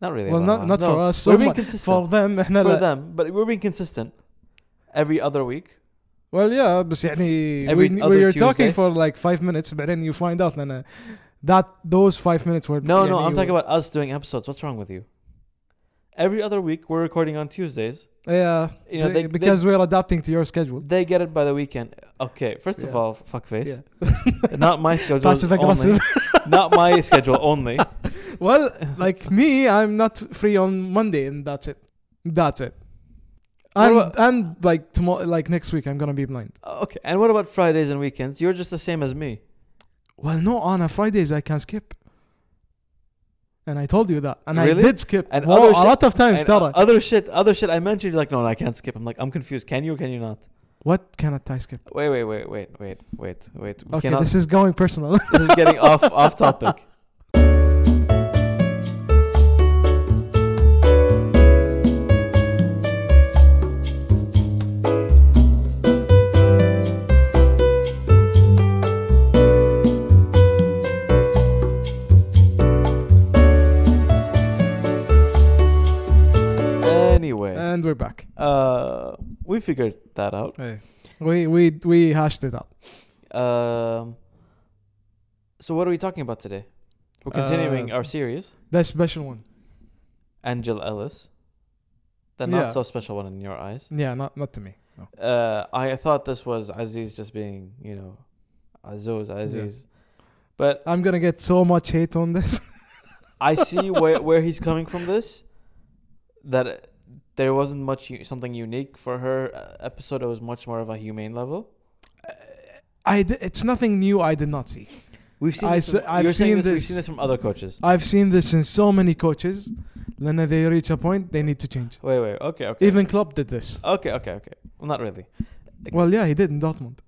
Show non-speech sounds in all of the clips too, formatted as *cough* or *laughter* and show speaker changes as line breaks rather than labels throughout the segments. Not really.
well,
about
not
one.
not
No,
for us. So
we're being
mu-
consistent
for them احنا
for
لا.
them, but we're being consistent every other week.
Well, yeah, بس يعني
Every
when,
other
when you're
Tuesday.
talking for like five minutes بعدين you find out لأن that those five minutes were
No, no,
يعني
I'm
you-
talking about us doing episodes. What's wrong with you? Every other week, we're recording on Tuesdays.
yeah
You know, they, they-
because we're adapting to your schedule
they, get it by the weekend. Okay, first of
Yeah.
all, fuck face.
Yeah.
Not my schedule.
*laughs* passive aggressive
Only. *laughs* Not my schedule
*laughs*
only.
well like me I'm not free on Monday and that's it that's it
What
and,
about-
and like tomorrow like next week I'm gonna be blind
Okay, and what about Fridays and weekends? You're just the same as me.
well no on Fridays I can skip and I told you that and
Really?
I did skip
And
wow,
other
a
shi-
lot of times
And
ترى
other shit, other shit. I mentioned you're like, no, no, I can't skip. I'm like, I'm confused. Can you? or Can you not?
what cannot I skip
Wait, wait, wait, wait, wait, wait, wait. We
okay
cannot.
this is going personal
this is getting off off topic. Anyway,
*laughs* and we're back
uh, we figured that out.
We we we hashed it out.
Um, so what are we talking about today? We're continuing
Uh,
our series.
The special one.
Angel Ellis, the
Yeah.
not so special one in your eyes.
Yeah, not not to me. No.
Uh, I thought this was Aziz just being, you know, Azuz, Aziz. But
I'm gonna get so much hate on this. *laughs*
I see where *laughs* where he's coming from. This that uh, there wasn't much u- something unique for her uh, episode. It was much more of a humane level.
I di- it's nothing new. I did not see.
We've seen.
I
this,
s-
from-
I've
you're saying
seen
We've
this.
seen this from other coaches.
I've seen this in so many coaches. Then they reach a point they need to change.
Wait, wait. Okay, okay.
Even Klopp did this.
Okay, okay, okay. Well, not really.
Well, yeah, he did in Dortmund.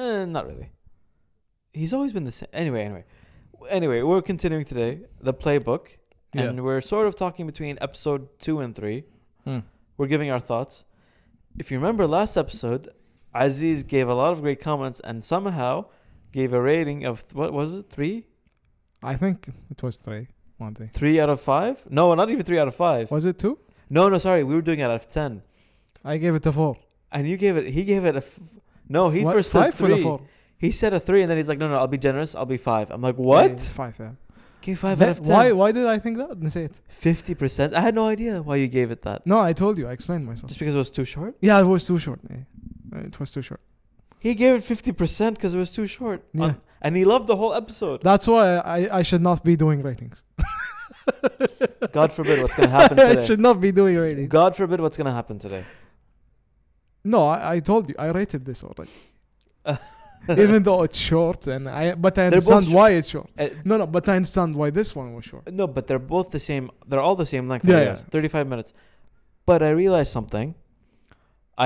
Uh, not really. He's always been the same. Anyway, anyway, anyway, we're continuing today the playbook,
Yeah.
and we're sort of talking between episode two and three.
Hmm.
We're giving our thoughts. If you remember last episode, Aziz gave a lot of great comments and somehow gave a rating of th- what was it three,
I think it was three. One three.
three out of five? No, not even three out of five.
Was it two?
No, no, sorry, we were doing it out of ten,
I gave it a four.
and you gave it. He gave it a. F- no, he
What?
first said
five or a
three.
four?
He said a three, and then he's like, "No, no, I'll be generous. I'll be five. I'm like, "What?
Yeah, five. Yeah.
Okay, five
That-
out of ten.
why why did I think that? *laughs* Didn't say it.
Fifty percent. I had no idea why you gave it that.
No, I told you. I explained myself.
Just because it was too short.
Yeah, it was too short. Yeah. It was too short.
He gave it fifty percent because it was too short.
Yeah.
On- and he loved the whole episode.
That's why I, I should not be doing ratings.
*laughs* God forbid what's gonna happen
*laughs* I
today.
should not be doing ratings.
God forbid what's gonna happen today.
No, I, I told you I rated this already. *laughs* *laughs*
*laughs*
Even though it's short, and I but I
They're both
understand
short.
why it's short.
Uh,
No, no, but I understand why this one was short.
no, but they're both the same. They're all the same length.
Yeah,
videos,
yeah.
Thirty-five minutes. But I realized something.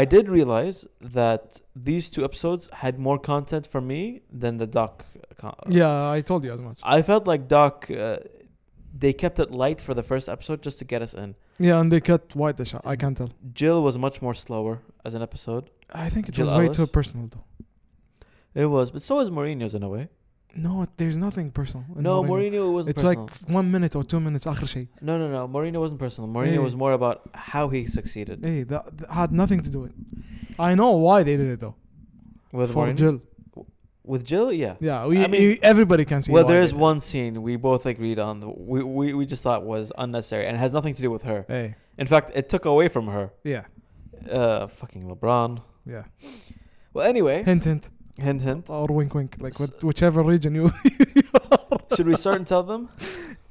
I did realize that these two episodes had more content for me than the doc. Con-
Yeah, I told you as much.
I felt like doc. Uh, they kept it light for the first episode just to get us in.
Yeah, and they cut wide the shot. I can't tell.
Jill was much more slower as an episode.
I think it
Jill
was way
Ellis?
too personal though.
It was, but so was Mourinho's in a way.
No, there's nothing personal. in
No, Mourinho wasn't
It's
personal.
like one minute or two minutes. آخر شيء.
no, no, no. Mourinho wasn't personal. Mourinho
Yeah.
was more about how he succeeded
Hey, that, that had nothing to do with. it. I know why they did it though.
with
for
Mourinho.
Jill.
With Jill, yeah.
Yeah, we,
I mean-
we- everybody can see.
well,
why
there
they
is
did
one scene we both agreed on. that We, we we just thought was unnecessary and has nothing to do with her.
it. Hey,
In fact, it took away from her.
yeah,
Uh, fucking LeBron.
yeah.
Well, anyway,
Hint, hint.
hint hint.
or wink wink like
S-
what, whichever region you *laughs*
Should we start and tell them?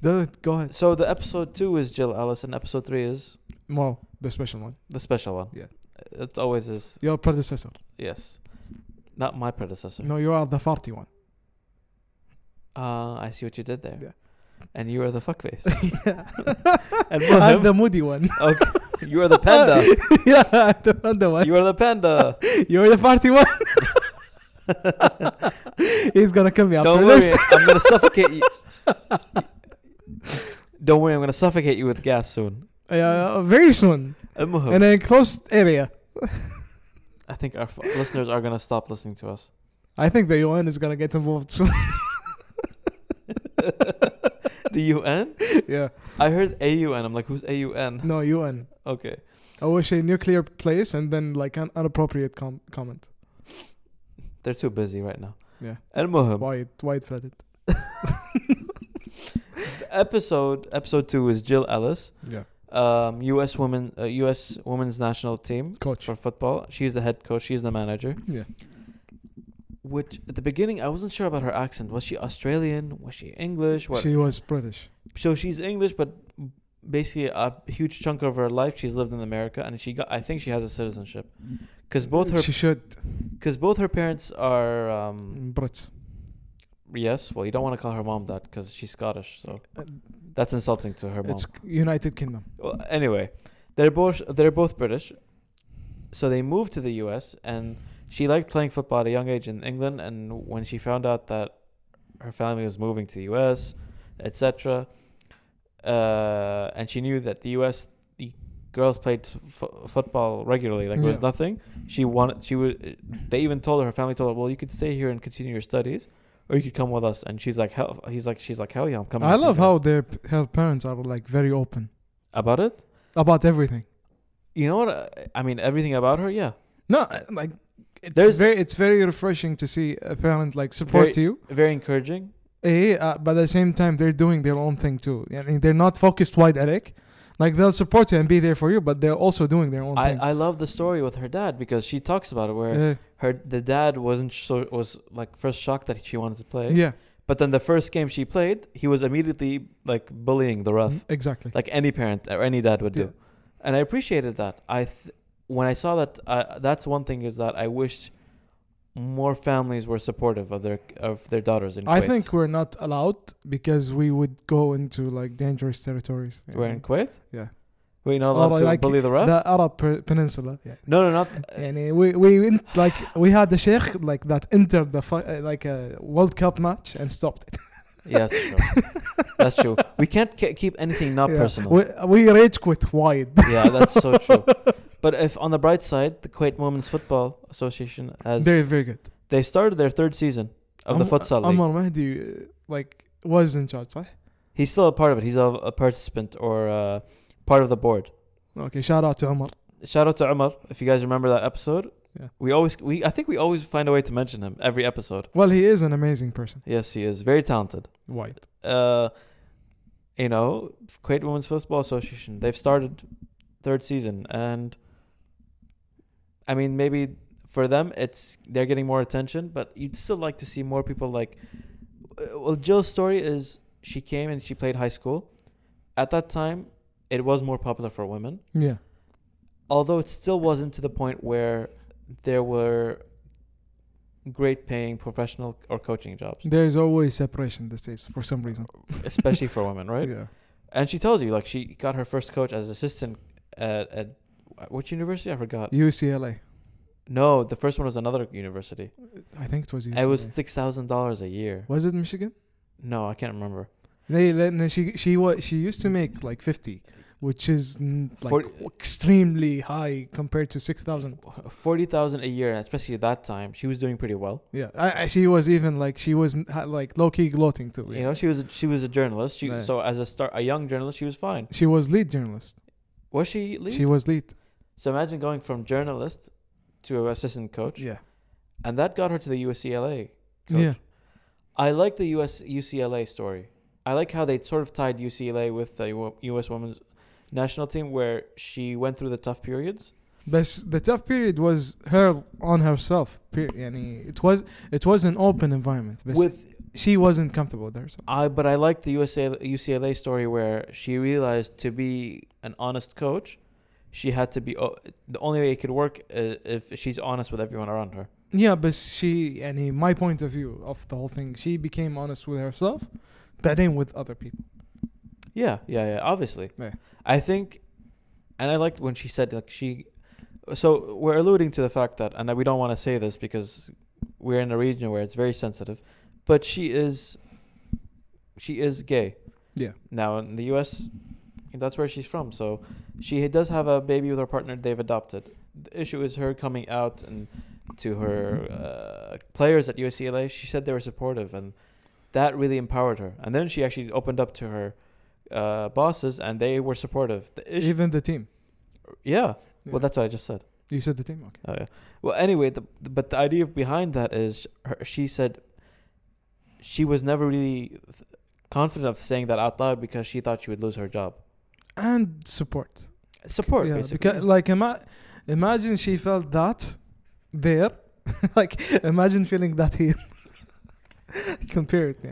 dude go ahead
So the episode two is Jill Ellis, and episode three is
well the special one
the special one.
Yeah.
it always is.
your predecessor
Yes, not my predecessor.
no you are the farty
*laughs*
one
Uh, I see what you did there.
Yeah.
And you are the fuckface.
*laughs* yeah
and
i'm
Mohim,
the moody one
*laughs* okay, you are the panda.
*laughs* yeah i'm the panda one
You are the *laughs* panda.
you're the farty
*laughs*
one he's gonna kill me after
Don't worry,
this
I'm gonna suffocate *laughs* you. Don't worry, I'm gonna suffocate you with gas soon.
yeah uh, very soon
المهم,
in a enclosed area
I think our f- listeners are gonna stop listening to us.
i think the un is gonna get involved soon
*laughs* the UN?
*laughs* yeah.
I heard AUN. I'm like, who's AUN?
No, UN.
Okay.
I wish a nuclear place and then like an inappropriate com- comment.
They're too busy right now.
Yeah.
المهم
Why it why it flooded?
episode episode 2 is Jill Ellis,
Yeah.
um US women uh, US women's national team
Coach.
for football. She's the head coach, she's the manager.
Yeah.
Which at the beginning I wasn't sure about her accent. Was she Australian? Was she English? What
She was British.
so she's English, but basically a huge chunk of her life she's lived in America, and she got. I think she has a citizenship, because both her
she should
because both her parents are. Um,
Brits.
yes, well, you don't want to call her mom that because she's Scottish, so
Uh,
that's insulting to her mom.
It's United Kingdom.
Well, anyway, they're both they're both British, so they moved to the U.S. and she liked playing football at a young age in England. And when she found out that her family was moving to the U.S., etc., uh, and she knew that the U.S. the girls played f- football regularly, like there was
Yeah.
nothing. She wanted she would. They even told her her family told her, "Well, you could stay here and continue your studies." Or you could come with us, and she's like, "Hell!" He's like, "She's like, hell yeah, I'm coming."
I
with you
love
guys."
how their p- her parents are like very open
about it.
about everything.
You know what? uh, I mean, everything about her, yeah.
No, uh, like it's
There's-
very it's very refreshing to see a parent like support
Very-
you.
Very encouraging.
Eh, uh, but at the same time, they're doing their own thing too. I mean, they're not focused wide Eric. Like they'll support you and be there for you, but they're also doing their own
I,
thing.
I love the story with her dad because she talks about it where
Eh,
her the dad wasn't so was like first shocked that she wanted to play,
yeah,
but then the first game she played, he was immediately like bullying the ref,
exactly.
like any parent or any dad would do,
Mm-hmm. Yeah.
and I appreciated that. I th- when I saw that, uh, that's one thing is that I wished more families were supportive of their of their daughters in.
I
Kuwait.
think we're not allowed because we would go into like dangerous territories. you
we're
know?
in Kuwait.
Yeah.
we not
Or
allowed to
like
bully the ref.
the Arab per- Peninsula. *laughs* Yeah.
no, no, not
And uh, we we went, like we had the sheikh like that entered the fi- uh, like a World Cup match and stopped it.
Yes, true. that's true. We can't ke- keep anything not
Yeah.
personal.
We, we rage quit wide.
yeah, that's so true.
*laughs*
But if on the bright side, the Kuwait Women's Football Association has
They're very good.
they started their third season of the
Am-
futsal league.
Amar Mahdi uh, like was in charge. صح?
He's still a part of it. He's a, a participant or uh, part of the board.
Okay, shout out to Omar.
Shout out to Umar if you guys remember that episode.
Yeah.
We always we I think we always find a way to mention him every episode.
Well, he is an amazing person.
Yes, he is very talented.
White.
uh, you know, Kuwait Women's Football Association. They've started third season, and I mean, maybe for them, it's they're getting more attention, but you'd still like to see more people like. uh, Well, Jill's story is she came and she played high school. At that time, it was more popular for women,
Yeah.
although it still wasn't to the point where there were great paying professional or coaching jobs,
There's always separation these days for some reason.
especially for women,
*laughs*
right?
Yeah.
And she tells you like she got her first coach as assistant at, at which university? I forgot.
UCLA.
No, the first one was another university.
I think it was UCLA.
It was six thousand dollars a year.
was it Michigan?
No, I can't remember.
They, then she she was she used to make like 50, which is mm, like
Forty-
extremely high compared to 6,000.
Forty thousand a year, especially at that time, she was doing pretty well.
Yeah. I, I, she was even like she was n- ha- like low key gloating too.
You know, she was a, she was a journalist. She
Yeah.
so as a star, a young journalist, she was fine.
she was lead journalist.
Was she? Lead?
She was lead.
so imagine going from journalist to assistant coach,
Yeah.
and that got her to the UCLA. Coach.
Yeah.
I like the US UCLA story. I like how they sort of tied UCLA with the U- US women's national team where she went through the tough periods.
But the tough period was her on herself. per- يعني it was it was an open environment. But
With
she wasn't comfortable with herself.
I but I like the USA UCLA story where she realized to be an honest coach, she had to be o- the only way it could work is if she's honest with everyone around her.
Yeah, but she يعني my point of view of the whole thing. She became honest with herself, but then with other people.
Yeah, yeah, yeah. Obviously,
Yeah.
I think, and I liked when she said like she. So we're alluding to the fact that, and we don't want to say this because we're in a region where it's very sensitive, but she is. She is gay.
Yeah.
Now in the U.S., that's where she's from. So she does have a baby with her partner they've adopted. The issue is her coming out and to her uh, players at UCLA. She said they were supportive and that really empowered her. And then she actually opened up to her uh, bosses, and they were supportive. The issue,
Even the team.
yeah.
Yeah.
Well, that's what I just said.
You said the team. Okay.
Oh yeah. Well, anyway, the, the- but the idea behind that is her, she said she was never really th- confident of saying that out loud because she thought she would lose her job.
And support.
Support,
yeah.
basically.
Because, like ima- imagine she felt that there. *laughs* like imagine feeling that here. *laughs* Compare it. Yeah.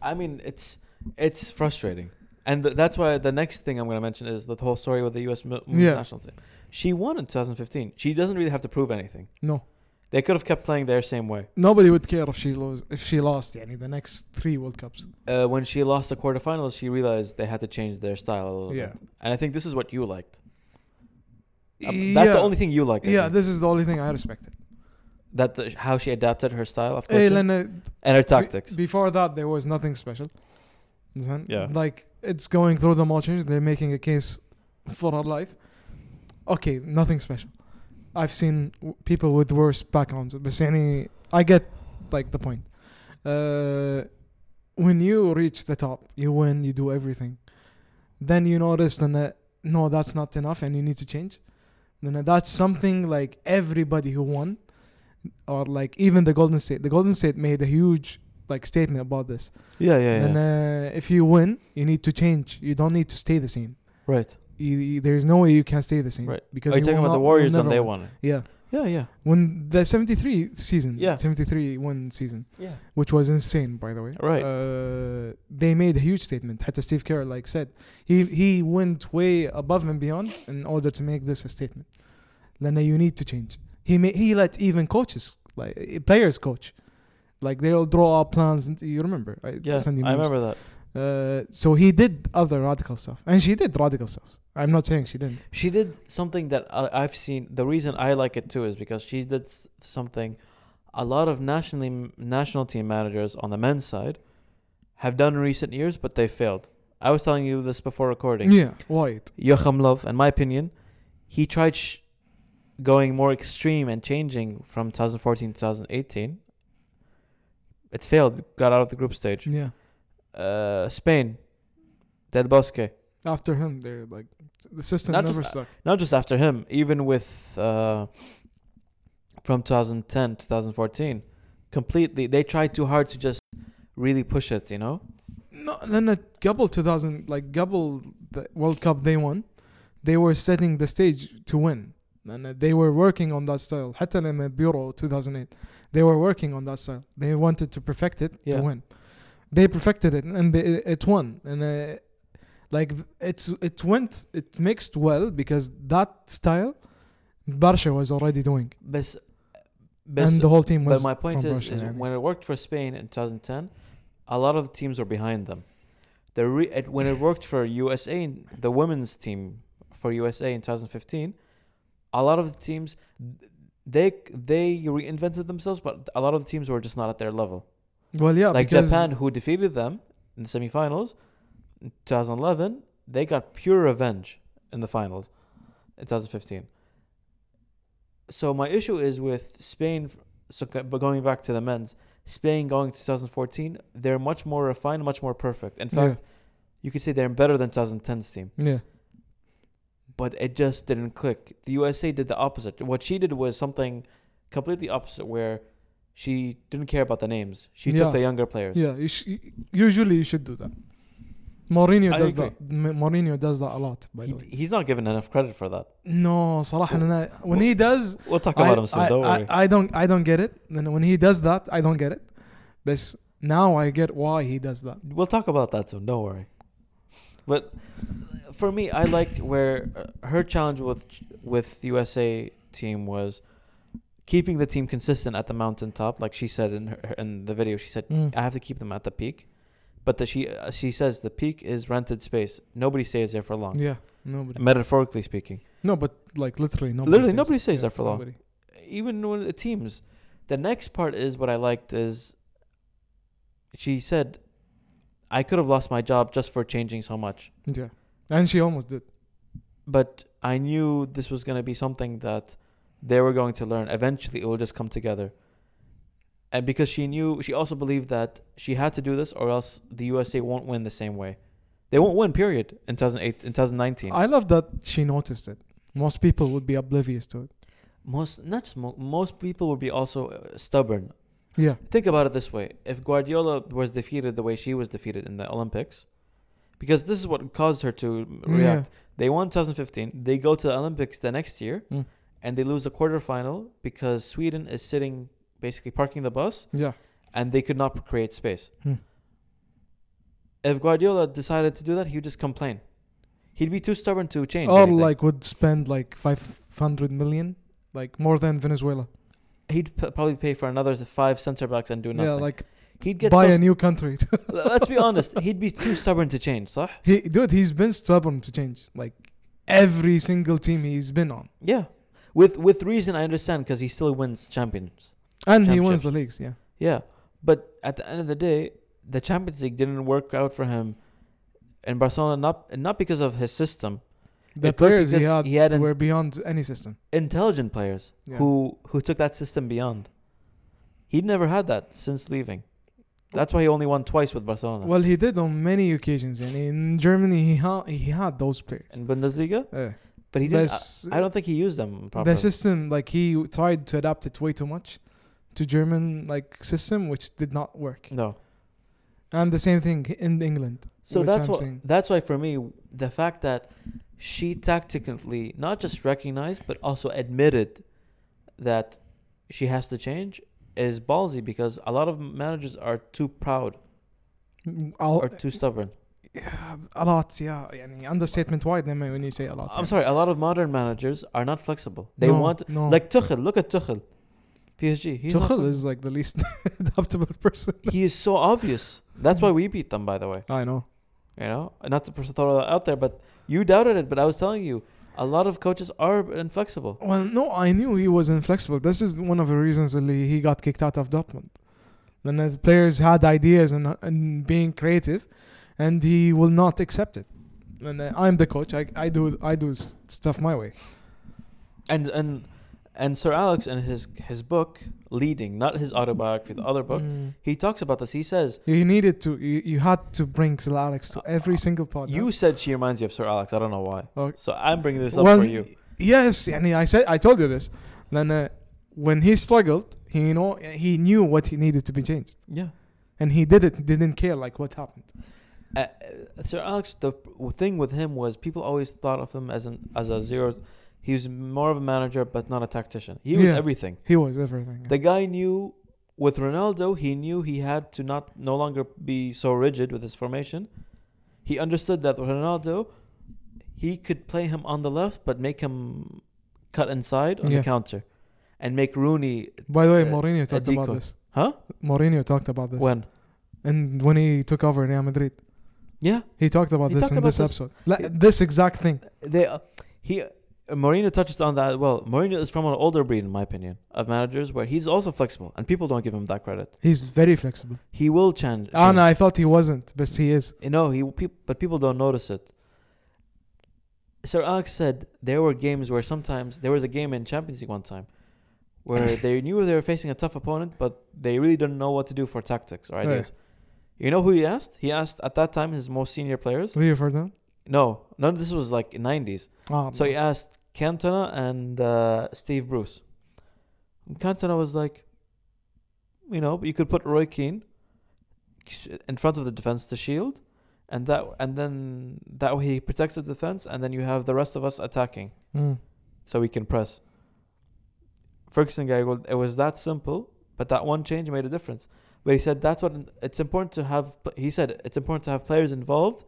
I mean, it's it's frustrating, and th- that's why the next thing I'm going to mention is the whole story with the U.S. Mo- Women's
Yeah.
national team. She won in 2015. She doesn't really have to prove anything.
No.
They could have kept playing their same way.
Nobody would care if she lose if she lost يعني the next three World Cups.
Uh, when she lost the quarterfinals, she realized they had to change their style a little
Yeah.
bit. And I think this is what you liked. Um, that's the only thing you liked. I
Yeah,
think.
this is the only thing I respected.
that the, how she adapted her style of
Hey,
coaching
Lena,
and her tactics.
Be- before that, there was nothing special. Then,
Yeah.
Like it's going through the motions. They're making a case for her life. Okay, nothing special. I've seen w- people with worse backgrounds, but any, I get like the point. Uh, when you reach the top, you win, you do everything. Then you notice that no, that's not enough, and you need to change. Then that's something like everybody who won, or like even the Golden State. The Golden State made a huge like statement about this.
yeah, yeah, yeah.
And uh, if you win, you need to change. You don't need to stay the same.
right.
You, you- there's no way you can stay the same.
Right. Are
Because
you
will
talking about
not-
the
will
Warriors and
never
they
win.
won?
Yeah.
Yeah, yeah,
When the 73 season,
Yeah.
73 win season,
yeah.
which was insane, by the way.
Right.
Uh, they made a huge statement. Hatta Steve Kerr, like said, he he went way above and beyond in order to make this a statement. Lena, you need to change. He ma- he let even coaches like eh, players coach, like they'll draw up plans. And you remember? I
Yeah,
send you
I
memes.
remember that.
Uh, so he did other radical stuff, and she did radical stuff. I'm not saying she didn't.
She did something that I, I've seen. The reason I like it too is because she did s- something a lot of nationally national team managers on the men's side have done in recent years, but they failed. I was telling you this before recording.
Yeah, white.
Joachim Love, in my opinion, he tried sh- going more extreme and changing from 2014 to 2018. It failed, got out of the group stage.
Yeah.
Uh, Spain, Del Bosque.
After him, they're like the system
Not
never
just-
stuck.
Not just after him, even with uh, from 2010 to 2014, completely. They tried too hard to just really push it, you know?
No, then at Gabble 2000, like Gabble the World Cup they won, they were setting the stage to win. And uh, they were working on that style. حتى لما Bureau 2008, they were working on that style. They wanted to perfect it
Yeah.
to win. They perfected it and they, it won. And uh, like it's it went it mixed well because that style Barsha was already doing,
Bes- bes-
and the whole team was.
But my point
from
is,
Russia,
is
يعني.
when it worked for Spain in 2010, a lot of teams were behind them. The re- it, when it worked for USA, in- the women's team for USA in 2015, a lot of the teams they they reinvented themselves, but a lot of the teams were just not at their level.
well, yeah,
like
because-
Japan, who defeated them in the semifinals in 2011, they got pure revenge in the finals in 2015. So my issue is with Spain. So go- but going back to the men's, Spain going to 2014, they're much more refined, much more perfect. In
Yeah.
fact, you could say they're better than 2010's team,
yeah,
but it just didn't click. The USA did the opposite. What she did was something completely opposite, where she didn't care about the names. She
Yeah.
took the younger players.
Yeah, you sh- usually you should do that. Mourinho
I
does
agree.
that. M- Mourinho does that a lot, by the
He,
way.
he's not given enough credit for that.
No, صراحة أنا when he does,
We'll talk
I,
about him soon.
I,
don't
I,
worry.
I don't I don't get it. And when he does that, I don't get it. But now I get why he does that.
we'll talk about that soon. Don't worry. But uh, for me, I liked where uh, her challenge with with the USA team was keeping the team consistent at the mountaintop. Like she said in her, in the video, she said,
Mm.
"I have to keep them at the peak." But that she uh, she says the peak is rented space. Nobody stays there for long.
Yeah, nobody.
Metaphorically speaking,
No, but like literally nobody.
Literally
stays.
nobody stays there for long.
nobody.
even when the teams. The next part is what I liked is she said, I could have lost my job just for changing so much.
Yeah, and she almost did.
But I knew this was going to be something that they were going to learn. Eventually, it will just come together. and because she knew, she also believed that she had to do this, or else the USA won't win the same way. They won't win. Period. In 2008, in 2019,
I love that she noticed it. Most people would be oblivious to it.
most not just mo- most people would be also uh, stubborn.
Yeah.
Think about it this way: if Guardiola was defeated the way she was defeated in the Olympics, because this is what caused her to react. They won 2015. They go to the Olympics the next year,
Mm.
and they lose the quarterfinal because Sweden is sitting basically parking the bus,
Yeah.
and they could not create space.
Mm.
If Guardiola decided to do that, he would just complain. He'd be too stubborn to change.
Or
anything.
Oh, like would spend like 500 million, like more than Venezuela.
he'd p- probably pay for another five center backs and do nothing.
Yeah, like
he'd get.
buy
so
a new country. *laughs*
Let's be honest. He'd be too stubborn to change, صح?
he, dude, he's been stubborn to change. Like every single team he's been on,
Yeah, with with reason, I understand because he still wins champions.
and he
Championships.
wins the leagues. Yeah.
Yeah, but at the end of the day, the Champions League didn't work out for him in Barcelona, not not because of his system,
The
It worked
players he
because
had,
he had an-
were beyond any system.
intelligent players
Yeah.
who who took that system beyond. He'd never had that since leaving. That's why he only won twice with Barcelona.
Well, he did on many occasions, and in Germany he ha- he had those players.
in Bundesliga,
Yeah.
but he
But
didn't.
s-
I, I don't think he used them properly.
the system, like he tried to adapt it way too much to German like system, which did not work.
no.
And the same thing in England.
So
which
that's
I'm
what
saying.
that's why for me the fact that she tactically not just recognized but also admitted that she has to change is ballsy because a lot of managers are too proud
I'll-
or too stubborn.
Yeah, a lot, yeah. يعني understatement wide لما when you say a lot.
I'm
yeah.
sorry, a lot of modern managers are not flexible. They
No,
want
no.
like Tuchel. Look at Tuchel, PSG. He's not
Tuchel is like the least *laughs* adaptable person.
flexible. he is so obvious. That's why we beat them, by the way.
I know.
You know, not to throw that out there, but you doubted it. But I was telling you, a lot of coaches are inflexible.
Well, no, I knew he was inflexible. This is one of the reasons that he got kicked out of Dortmund. Then the players had ideas and, and being creative, and he will not accept it. And uh, I'm the coach. I, I do I do s- stuff my way.
and and and Sir Alex in his his book leading not his autobiography the other book
Mm.
he talks about this he says
You needed to. You, you had to bring Sir Alex to every single part.
Uh, you said she reminds you of Sir Alex I don't know why
Okay.
so I'm bringing this up
Well,
for you
Yes, يعني I said I told you this. Then uh, when he struggled, he you know he knew what he needed to be changed,
yeah
and he did it. Didn't care like what happened.
uh, uh, Sir Alex the p- thing with him was people always thought of him as an as a zero he was more of a manager but not a tactician he was
Yeah.
everything
He was everything. yeah.
the guy knew with Ronaldo he knew he had to not no longer be so rigid with his formation he understood that Ronaldo he could play him on the left but make him cut inside on
Yeah.
the counter and make Rooney
By the way,
uh,
Mourinho talked about
decoy.
this.
Huh?
Mourinho talked about this.
when
And when he took over Real Madrid,
yeah
he talked about
He
this
talked
in
about
this,
this.
episode. Like, this exact thing.
they uh, he Mourinho touches on that as well Mourinho is from an older breed in my opinion of managers where he's also flexible and people don't give him that credit
He's very flexible.
he will change, change.
And Ah, I thought he wasn't, but he is.
You know, he peop but people don't notice it. Sir Alex said there were games where sometimes there was a game in Champions League one time where they knew they were facing a tough opponent, but they really didn't know what to do for tactics or
Right.
ideas. You know who he asked? He asked at that time his most senior players.
Rio Ferdinand.
No, none. This was like nineties.
Ah,
So he asked Cantona and uh, Steve Bruce. And Cantona was like, you know, you could put Roy Keane in front of the defense to shield, and that and then that way he protects the defense, and then you have the rest of us attacking,
Mm.
so we can press. Ferguson guy, well, it was that simple, but that one change made a difference. But he said that's what it's important to have. He said it's important to have players involved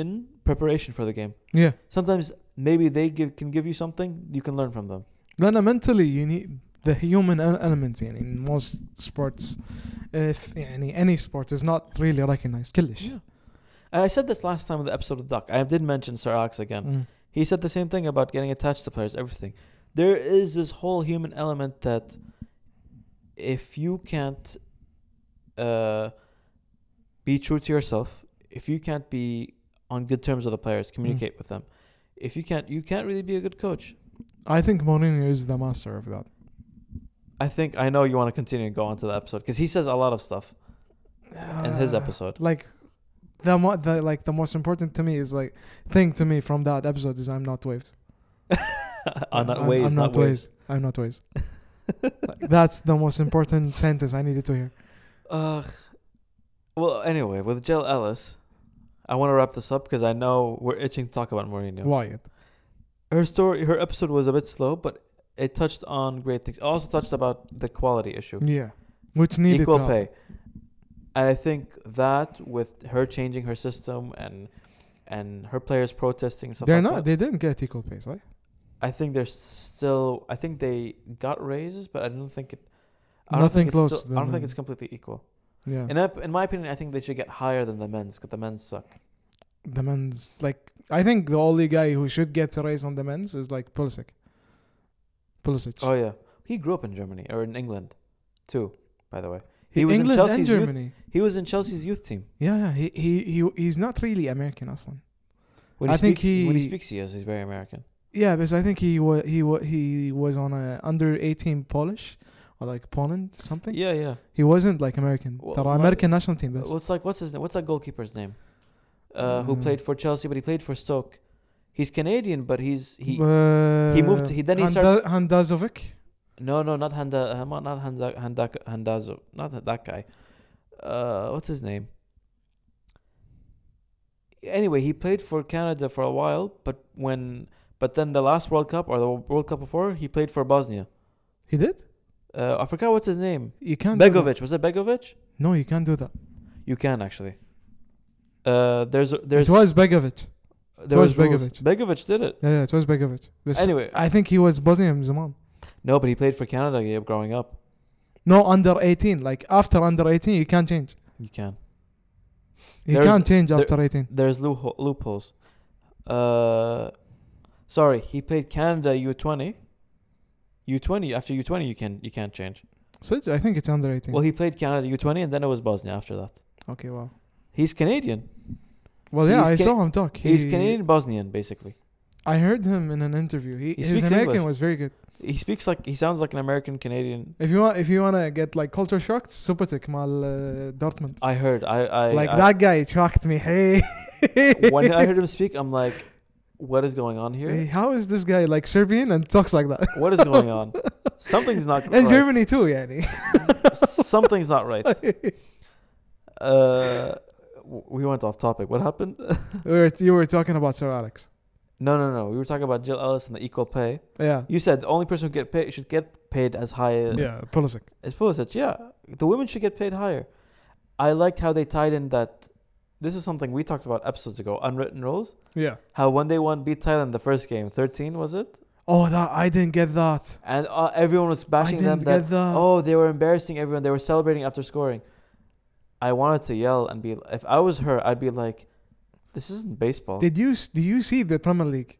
in preparation for the game
Yeah.
sometimes maybe they give can give you something you can learn from them.
Then uh, mentally, you need the human el- element يعني, in most sports. If يعني, any sport is not really recognized. Killish.
Yeah. And I said this last time in the episode of Duck. I did mention Sir Alex again.
Mm.
He said the same thing about getting attached to players, everything. There is this whole human element that if you can't uh, be true to yourself, if you can't be on good terms with the players, communicate with them. If you can't, you can't really be a good coach.
I think Mourinho is the master of that.
I think I know you want to continue and go on to the episode because he says a lot of stuff in his
Uh, *laughs*
episode.
Like the, mo- the like the most important to me is like thing to me from that episode is I'm not waves.
*laughs* on
I'm-
not waves,
I'm
not, waves.
I'm not waves. *laughs* Like, That's the most important sentence I needed to hear.
*laughs* Ugh. Well, anyway, with Jill Ellis, I want to wrap this up because I know we're itching to talk about Mourinho.
Wyatt.
Her story, her episode was a bit slow, but it touched on great things. It also touched about the quality issue,
Yeah. Which needed
equal
to happen.
pay, and I think that with her changing her system and and her players protesting and stuff
They're
like
not.
that,
They didn't get equal pay, right?
I think they're still. I think they got raises, but I don't think it. I don't
Nothing
think
close
It's
to
still,
the
I don't think
men.
it's completely equal.
Yeah.
In, up- in my opinion, I think they should get higher than the men's because the men's suck.
the men's like I think the only guy who should get a raise on the men's is like Pulisic. Pulisic.
Oh yeah, he grew up in Germany or in England, too. By the way, he
England
was in
and
Chelsea's youth-
Germany.
he was in Chelsea's youth team.
Yeah, yeah. He, he he he's not really American Aslan.
When he
I think
speaks, when he
he-
speaks, he is. He's very American.
Yeah, because I think he was he was he was on a under eighteen Polish or like Poland something.
Yeah, yeah.
He wasn't like American.
Well,
ترى
my-
American national team بس.
What's like? What's his name? What's that goalkeeper's name? Uh, who
Mm.
played for Chelsea, but he played for Stoke. He's Canadian, but he's he.
Uh,
he moved- he- then he
Handa- Handazovic.
No, no, not Handa, uh, not not Handa, Handa, Handazo, not that guy. Uh, what's his name? Anyway, he played for Canada for a while, but when, but then the last World Cup or the World Cup before, he played for Bosnia.
He did.
Uh, I forgot what's his name.
You can't. do that.
Begovic was it Begovic?
No, you can't do that.
You can actually. Uh, there's there's
it was Begovic.
there
was
rules.
Begovic.
Begovic did it.
Yeah, yeah. It was Begovic. بس
Anyway.
I think he was Bosnian Zaman.
No, but he played for Canada yeah, growing up.
No, under eighteen. Like after under eighteen, you can't change.
You can.
You
There's-
can't change
there-
after eighteen.
There's loophole, loopholes. Uh, sorry, he played Canada U20. U20 after U20 you can you can't change.
So I think it's under eighteen.
Well, he played Canada U20 and then it was Bosnia after that.
okay, wow.
He's Canadian.
Well, yeah,
He's
I
Ca-
saw him talk.
He's
He-
Canadian Bosnian basically.
I heard him in an interview. He,
He
his
speaks
American
English.
was very good.
He speaks like he sounds like an American Canadian.
If you want, if you wanna get like culture shocked, Subotic mal uh, Dortmund.
I heard I I
like
I-
that guy shocked me.
*laughs*
Hey,
when I
*laughs*
heard him speak, I'm like, what is going on
Hey,
here?
how is this guy like Serbian and talks like that?
What is going on? Something's
*laughs*
not
And
right.
Germany too, yani.
Something's not right. Uh, w- we went off topic. What happened?
*laughs*
*laughs*
we were, you were talking about Sir Alex.
No, no, no. We were talking about Jill Ellis and the equal pay.
Yeah,
You said the only person who get paid should get paid as high as,
yeah, Pulisic.
as Pulisic. Yeah, the women should get paid higher. I liked how they tied in that. This is something we talked about episodes ago. Unwritten rules.
Yeah.
How when they won beat Thailand the first game, thirteen was it?
Oh, that I didn't get that.
And uh, everyone was
I
bashing them
didn't
that
get uh, that.
oh they were embarrassing everyone. They were celebrating after scoring. I wanted to yell and be. If I was her, I'd be like, "This isn't baseball.
Did you s- do you see the Premier League?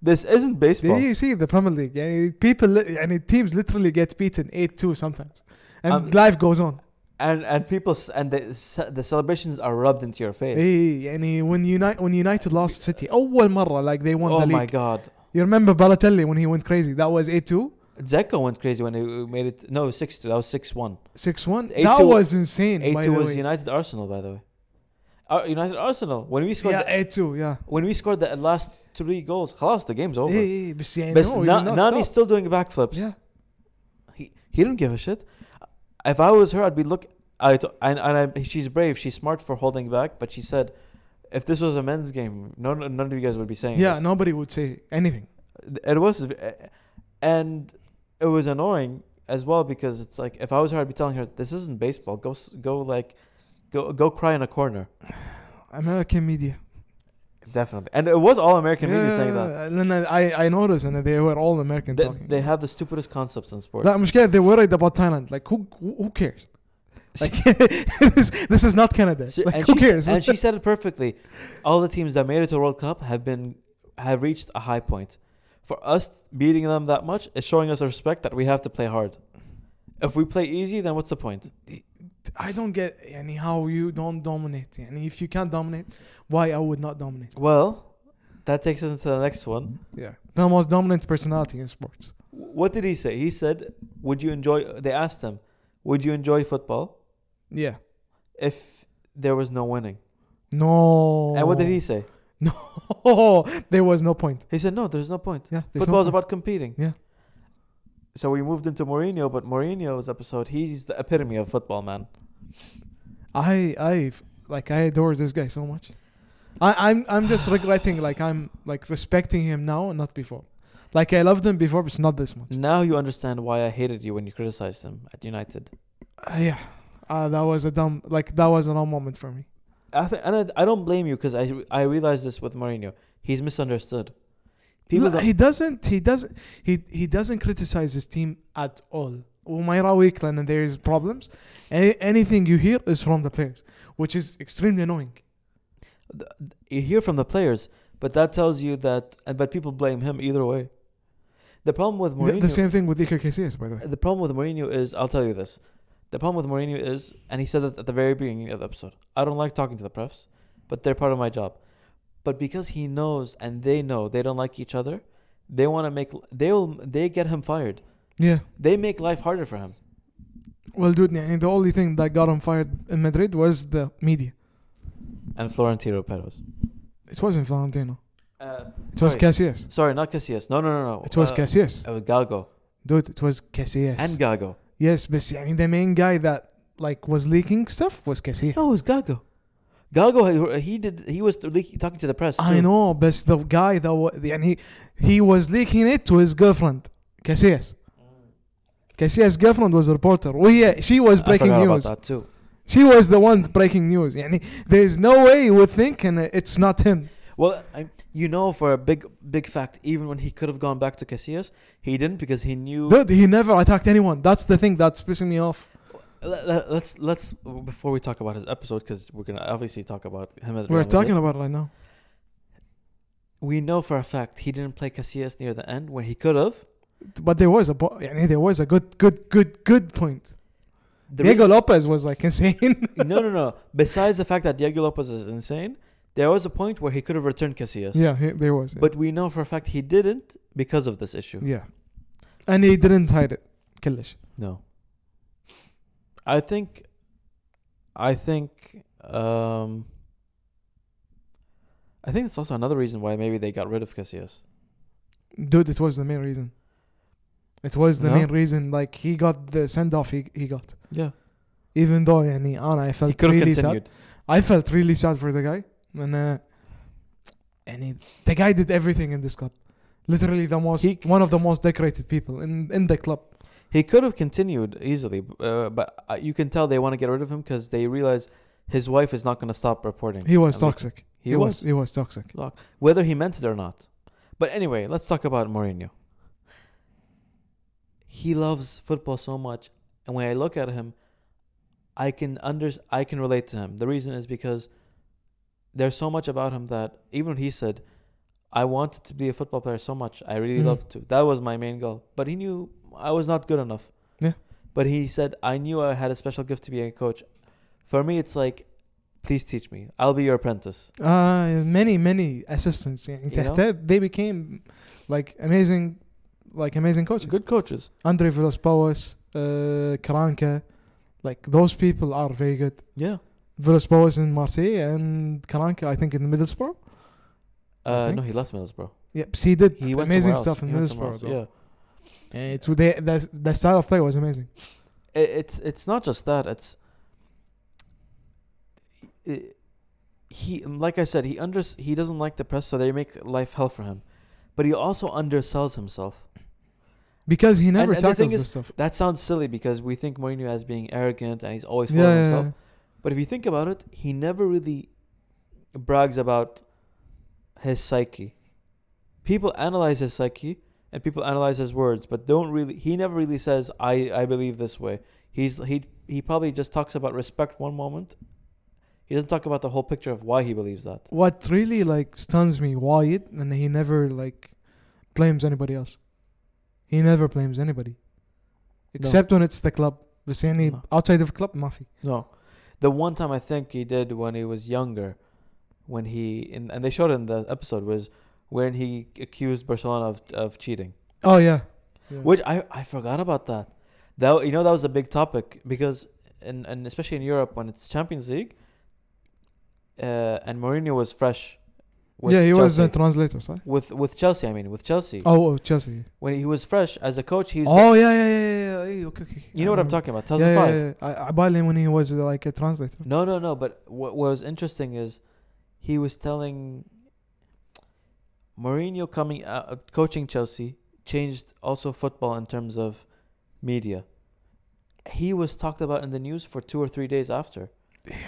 This isn't baseball."
Did you see the Premier League? Yani people, li- yani teams literally get beaten eight two sometimes, and
Um,
life goes on.
and and people s- and the ce- the celebrations are rubbed into your face.
اي يعني when United when United lost City أول مرة like they won
oh
the
my
league.
god,
You remember Balotelli when he went crazy? That was 8-2,
Zeko went crazy when he made it. No, six two. That was six one.
6-1.
8-2
That was insane.
Eight
by
two
the
was
way.
United Arsenal, by the way. Ar- United Arsenal. When we scored, the,
Yeah, eh 8-2, yeah.
when we scored the last three goals, خلاص, the game's over.
اي اي بس يعني
but
no,
Na-
you did not
Nani's
stop.
still doing backflips.
Yeah.
He he didn't give a shit. If I was her, I'd be look. I t- and and I, she's brave. She's smart for holding back. But she said, if this was a men's game, none none of you guys would be saying
Yeah,
this.
nobody would say anything.
it was and it was annoying as well because it's like if i was her i'd be telling her this isn't baseball go s- go like go go cry in a corner
American media.
definitely and it was all american media saying that
Yeah, And then I, I noticed and they were all American
they,
talking.
they have the stupidest concepts in sports *laughs*
لا مشكلة they worried about Thailand. Like who who who cares? Like, *laughs* this, this is not Canada.
So-
like,
and,
who
she,
cares?
s- and she said it perfectly all the teams that made it to world cup have been have reached a high point for us beating them that much is showing us respect that we have to play hard if we play easy then what's the point
I don't get any how you don't dominate. And if you can't dominate, why I would not dominate?
well that takes us into the next one
Yeah. The most dominant personality in sports.
What did he say? He said would you enjoy? They asked him, would you enjoy football
Yeah.
if there was no winning?
No.
And what did he say?
*laughs* No. there was no point.
He said, no, there's no point.
Yeah. there's no
Football is
point.
about competing.
Yeah.
So we moved into Mourinho, but Mourinho's episode, he's the epitome of football, man.
I I like I adore this guy so much. I, I'm I'm
*sighs*
just regretting like I'm like respecting him now and not before. Like I loved him before, but it's not this much.
Now you understand why I hated you when you criticized him at United.
Uh, yeah, uh, that was a dumb like that was a dumb moment for me.
I th- and I, I don't blame you because I I realize this with Mourinho. He's misunderstood. People
No,
don't,
he doesn't he doesn't he he doesn't criticize his team at all. وما يراويك لأن there is problems. Any, anything you hear is from the players, which is extremely annoying.
you hear from the players, but that tells you that. and- But people blame him either way. The problem with
The,
Mourinho.
the same thing with Iker Casillas, by the way.
The problem with Mourinho is, I'll tell you this. The problem with Mourinho is, and he said that at the very beginning of the episode, I don't like talking to the prefs, but they're part of my job. But because he knows and they know they don't like each other, they want to make they'll they get him fired.
Yeah.
They make life harder for him.
Well, dude, يعني the only thing that got him fired in Madrid was the media.
And Florentino Perez.
It wasn't Florentino.
Uh,
It was
Sorry.
Casillas.
sorry, not Casillas. No, no, no, no.
It was
uh,
Casillas.
It was Galgo
Dude, it was Casillas.
and Gago.
yes, but يعني the main guy that like was leaking stuff was Casillas.
No, it was Gago. Gago, he- he did. He was leak- talking to the press.
I
too.
know, but the guy that was يعني he was leaking it to his girlfriend
Mm.
Casillas. Casillas' girlfriend was a reporter. وهي she was
I
breaking
forgot
news.
about that too.
She was the one breaking news. يعني there is no way you would think and it's not him.
Well, I, you know, for a big, big fact, even when he could have gone back to Casillas, he didn't because he knew.
Dude, he never attacked anyone. That's the thing that's pissing me off.
Let, let, let's let's before we talk about his episode because we're gonna obviously talk about him. At
We're
Real Madrid,
talking about it right now.
We know for a fact he didn't play Casillas near the end when he could have.
But there was a bo- يعني there was a good good good good point.
The
Diego
reason-
Lopez was like *laughs* insane.
no, no, no. Besides the fact that Diego Lopez is insane, there was a point where he could have returned Casillas.
yeah, he, there was. yeah.
But we know for a fact he didn't because of this issue.
yeah, and he didn't hide it. كلش.
No. I think I think um I think it's also another reason why maybe they got rid of Casillas.
Dude, it was the main reason. It was the
No?
main reason. Like he got the send off he, he got.
Yeah.
Even though يعني أنا I
He
felt
could have
really sad.
continued.
I felt really sad for the guy. And uh, and he, the guy did everything in this club. Literally the most
He-
one of the most decorated people in in the club.
He could have continued easily, b- uh, but uh, you can tell they want to get rid of him cuz they realize his wife is not going to stop reporting.
He was
And they-
toxic.
He,
he
was.
was he was toxic.
whether he meant it or not. But anyway, let's talk about Mourinho. He loves football so much, and when I look at him, I can under I can relate to him. The reason is because there's so much about him that even when he said, "I wanted to be a football player so much. I really
Mhm.
loved to. That was my main goal." But he knew I was not good enough.
Yeah.
But he said, "I knew I had a special gift to be a coach." For me, it's like, "Please teach me. I'll be your apprentice."
Uh, many many assistants. يعني
You know?
تحتاج- they became like amazing, like amazing coaches.
Good coaches.
Andre Villas-Boas, uh, Karanka, like those people are very good.
Yeah.
Villas-Boas in Marseille and Karanka, I think in Middlesbrough.
Uh,
think.
no, he left Middlesbrough.
Yeah, he did
He went
amazing
somewhere
stuff
else.
in
He went somewhere
Middlesbrough.
else,
though. And it's they, the the style of play was amazing.
Yeah, It- it's it's not just that. It's it, he like I said he under he doesn't like the press, so they make life hell for him. But he also undersells himself.
Because he never
and the
tackles
thing
this
is,
stuff.
That sounds silly because we think Mourinho as being arrogant and he's always
Yeah,
full of
yeah,
himself.
yeah.
But if you think about it, he never really brags about his psyche. People analyze his psyche and people analyze his words, but don't really. He never really says, "I I believe this way." He's he he probably just talks about respect one moment. He doesn't talk about the whole picture of why he believes that.
What really like stuns me, Wyatt, and he never like blames anybody else. He never blames anybody. Except when it's the club. بس يعني
No.
outside of club ما في.
No, the one time I think he did when he was younger, when he and, and they showed it in the episode was when he accused Barcelona of of cheating.
Oh yeah. yeah.
Which I, I forgot about that. That you know that was a big topic because in and especially in Europe when it's Champions League, uh, and Mourinho was fresh.
yeah, he was the
Chelsea.
translator, sorry.
with with Chelsea. I mean, with Chelsea
Oh, oh, Chelsea.
when he was fresh as a coach, he's
oh yeah, yeah, yeah, yeah, yeah. Okay, okay.
you know what I'm talking about.
About. Yeah,
2005.
yeah, yeah. I, I bought him when he was uh, like a translator.
No, no, no. But what was interesting is he was telling Mourinho coming out, coaching Chelsea changed also football in terms of media. He was talked about in the news for two or three days after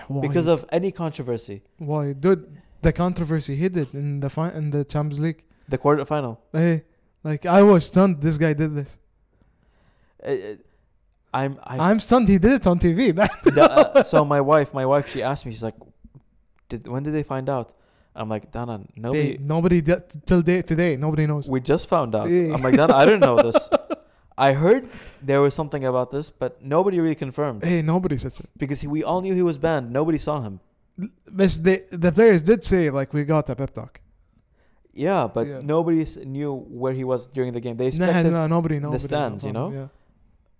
Why?
because of any controversy.
why, dude? The controversy he did in the fi- in the Champions League.
The quarterfinal.
Hey, like I was stunned. This guy did this.
Uh, uh, I'm. I,
I'm stunned. He did it on *laughs* TV. man.
The- uh, so my wife, my wife, she asked me. She's like, "Did when did they find out?" I'm like, "Dana, nobody."
They- nobody did, till day today. Nobody knows.
We just found out.
Yeah.
I'm like, "Dana, I didn't *laughs* know this. I heard there was something about this, but nobody really confirmed
*laughs* Hey, nobody says it.
because we all knew he was banned. Nobody saw him.
But the the players did say like we got a pep talk.
Yeah, but
Yeah.
nobody s- knew where he was during the game. They
Nah,
expected,
nah, nobody knows.
stands, you know?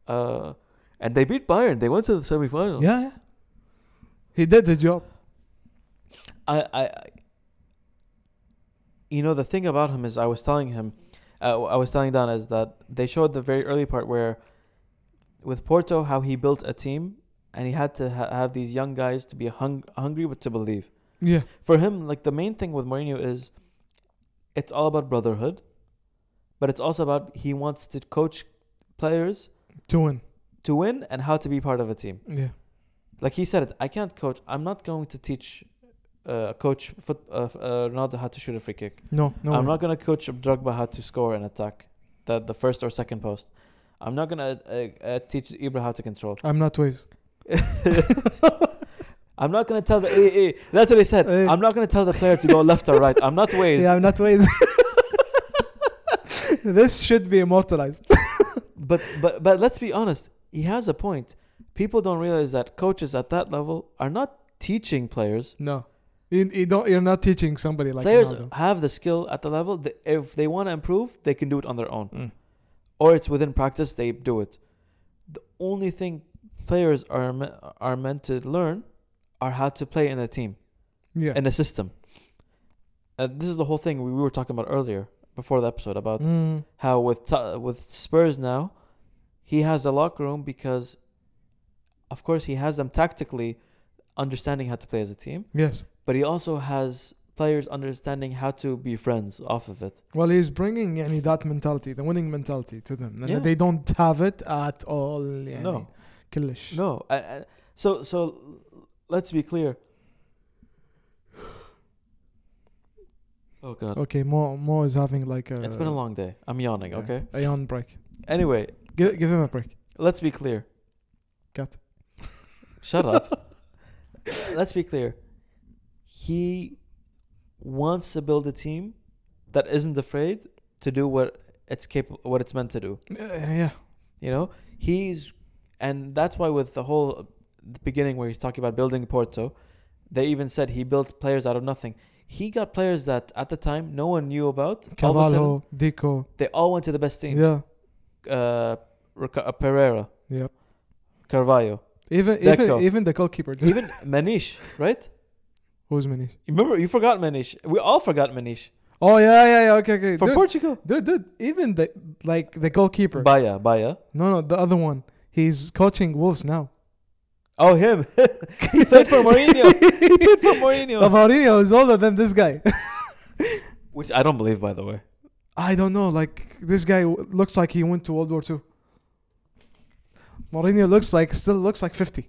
uh, and they beat Bayern. They went to the
Yeah.
semifinals.
yeah, yeah. He did the job.
I, I, I- you know, the thing about him is, I was telling him, uh, I was telling Don is that they showed the very early part where, with Porto, how he built a team and he had to ha- have these young guys to be hung- hungry but to believe.
Yeah,
For him, like the main thing with Mourinho is, it's all about brotherhood, but it's also about he wants to coach players
to win.
to win and how to be part of a team
Yeah,
like he said it i can't coach i'm not going to teach uh, coach foot, uh, f- uh, ronaldo how to shoot a free kick
no, no.
i'm
way.
not going to coach drogba how to score an attack the, the first or second post i'm not going to uh, uh, teach ibra how to control
I'm not waves.
i'm not going to tell the *laughs* eh, eh. that's what he said
Eh.
i'm not going to tell the player to go left or right i'm
*laughs*
not ways
Yeah, I'm not waves. this should be immortalized.
but but but let's be honest he has a point people don't realize that coaches at that level are not teaching players
No, you, you don't. You're not teaching somebody like
players
Ronaldo.
have the skill at the level that if they want to improve they can do it on their own
Mm.
or it's within practice they do it the only thing players are me- are meant to learn are how to play in a team
Yeah.
in a system and this is the whole thing we we were talking about earlier before the episode about
Mm.
how with Tu- with Spurs now, he has the locker room because, of course, he has them tactically understanding how to play as a team,
Yes.
but he also has players understanding how to be friends off of it.
Well, he's bringing يعني, that mentality, the winning mentality to them. And
Yeah.
They don't have it at all. يعني,
No.
كلش.
No, I, I, so so let's be clear. Oh God,
Okay, Mo, Mo is having like a.
it's been a long day. I'm yawning.
yeah,
Okay.
A yawn break.
Anyway,
Give, give him a break.
let's be clear.
Cut.
*laughs* Shut up.
*laughs*
Let's be clear. He wants to build a team that isn't afraid to do what it's capable, what it's meant to do.
Uh, yeah.
You know, he's, and that's why with the whole the beginning where he's talking about building Porto, they even said he built players out of nothing. He got players that at the time no one knew about. All of a sudden,
Cavallo, Dico.
they all went to the best teams.
Yeah.
Uh, Rica- uh, Pereira,
Yep.
Carvalho,
Even
Deco.
even even the goalkeeper. dude.
even Manish, right?
Who's Manish?
You Remember, you forgot Manish. We all forgot Manish
Oh yeah, yeah, yeah. Okay, okay.
from
dude,
Portugal.
dude, dude. Even the like the goalkeeper.
Baya, Baya.
no, no, the other one. He's coaching Wolves now. *laughs*
Oh, him. he played for Mourinho. he played for Mourinho.
Mourinho is older than this guy. *laughs*
Which I don't believe, by the way.
I don't know. Like this guy w- looks like he went to World War Two. Mourinho looks like still looks like fifty.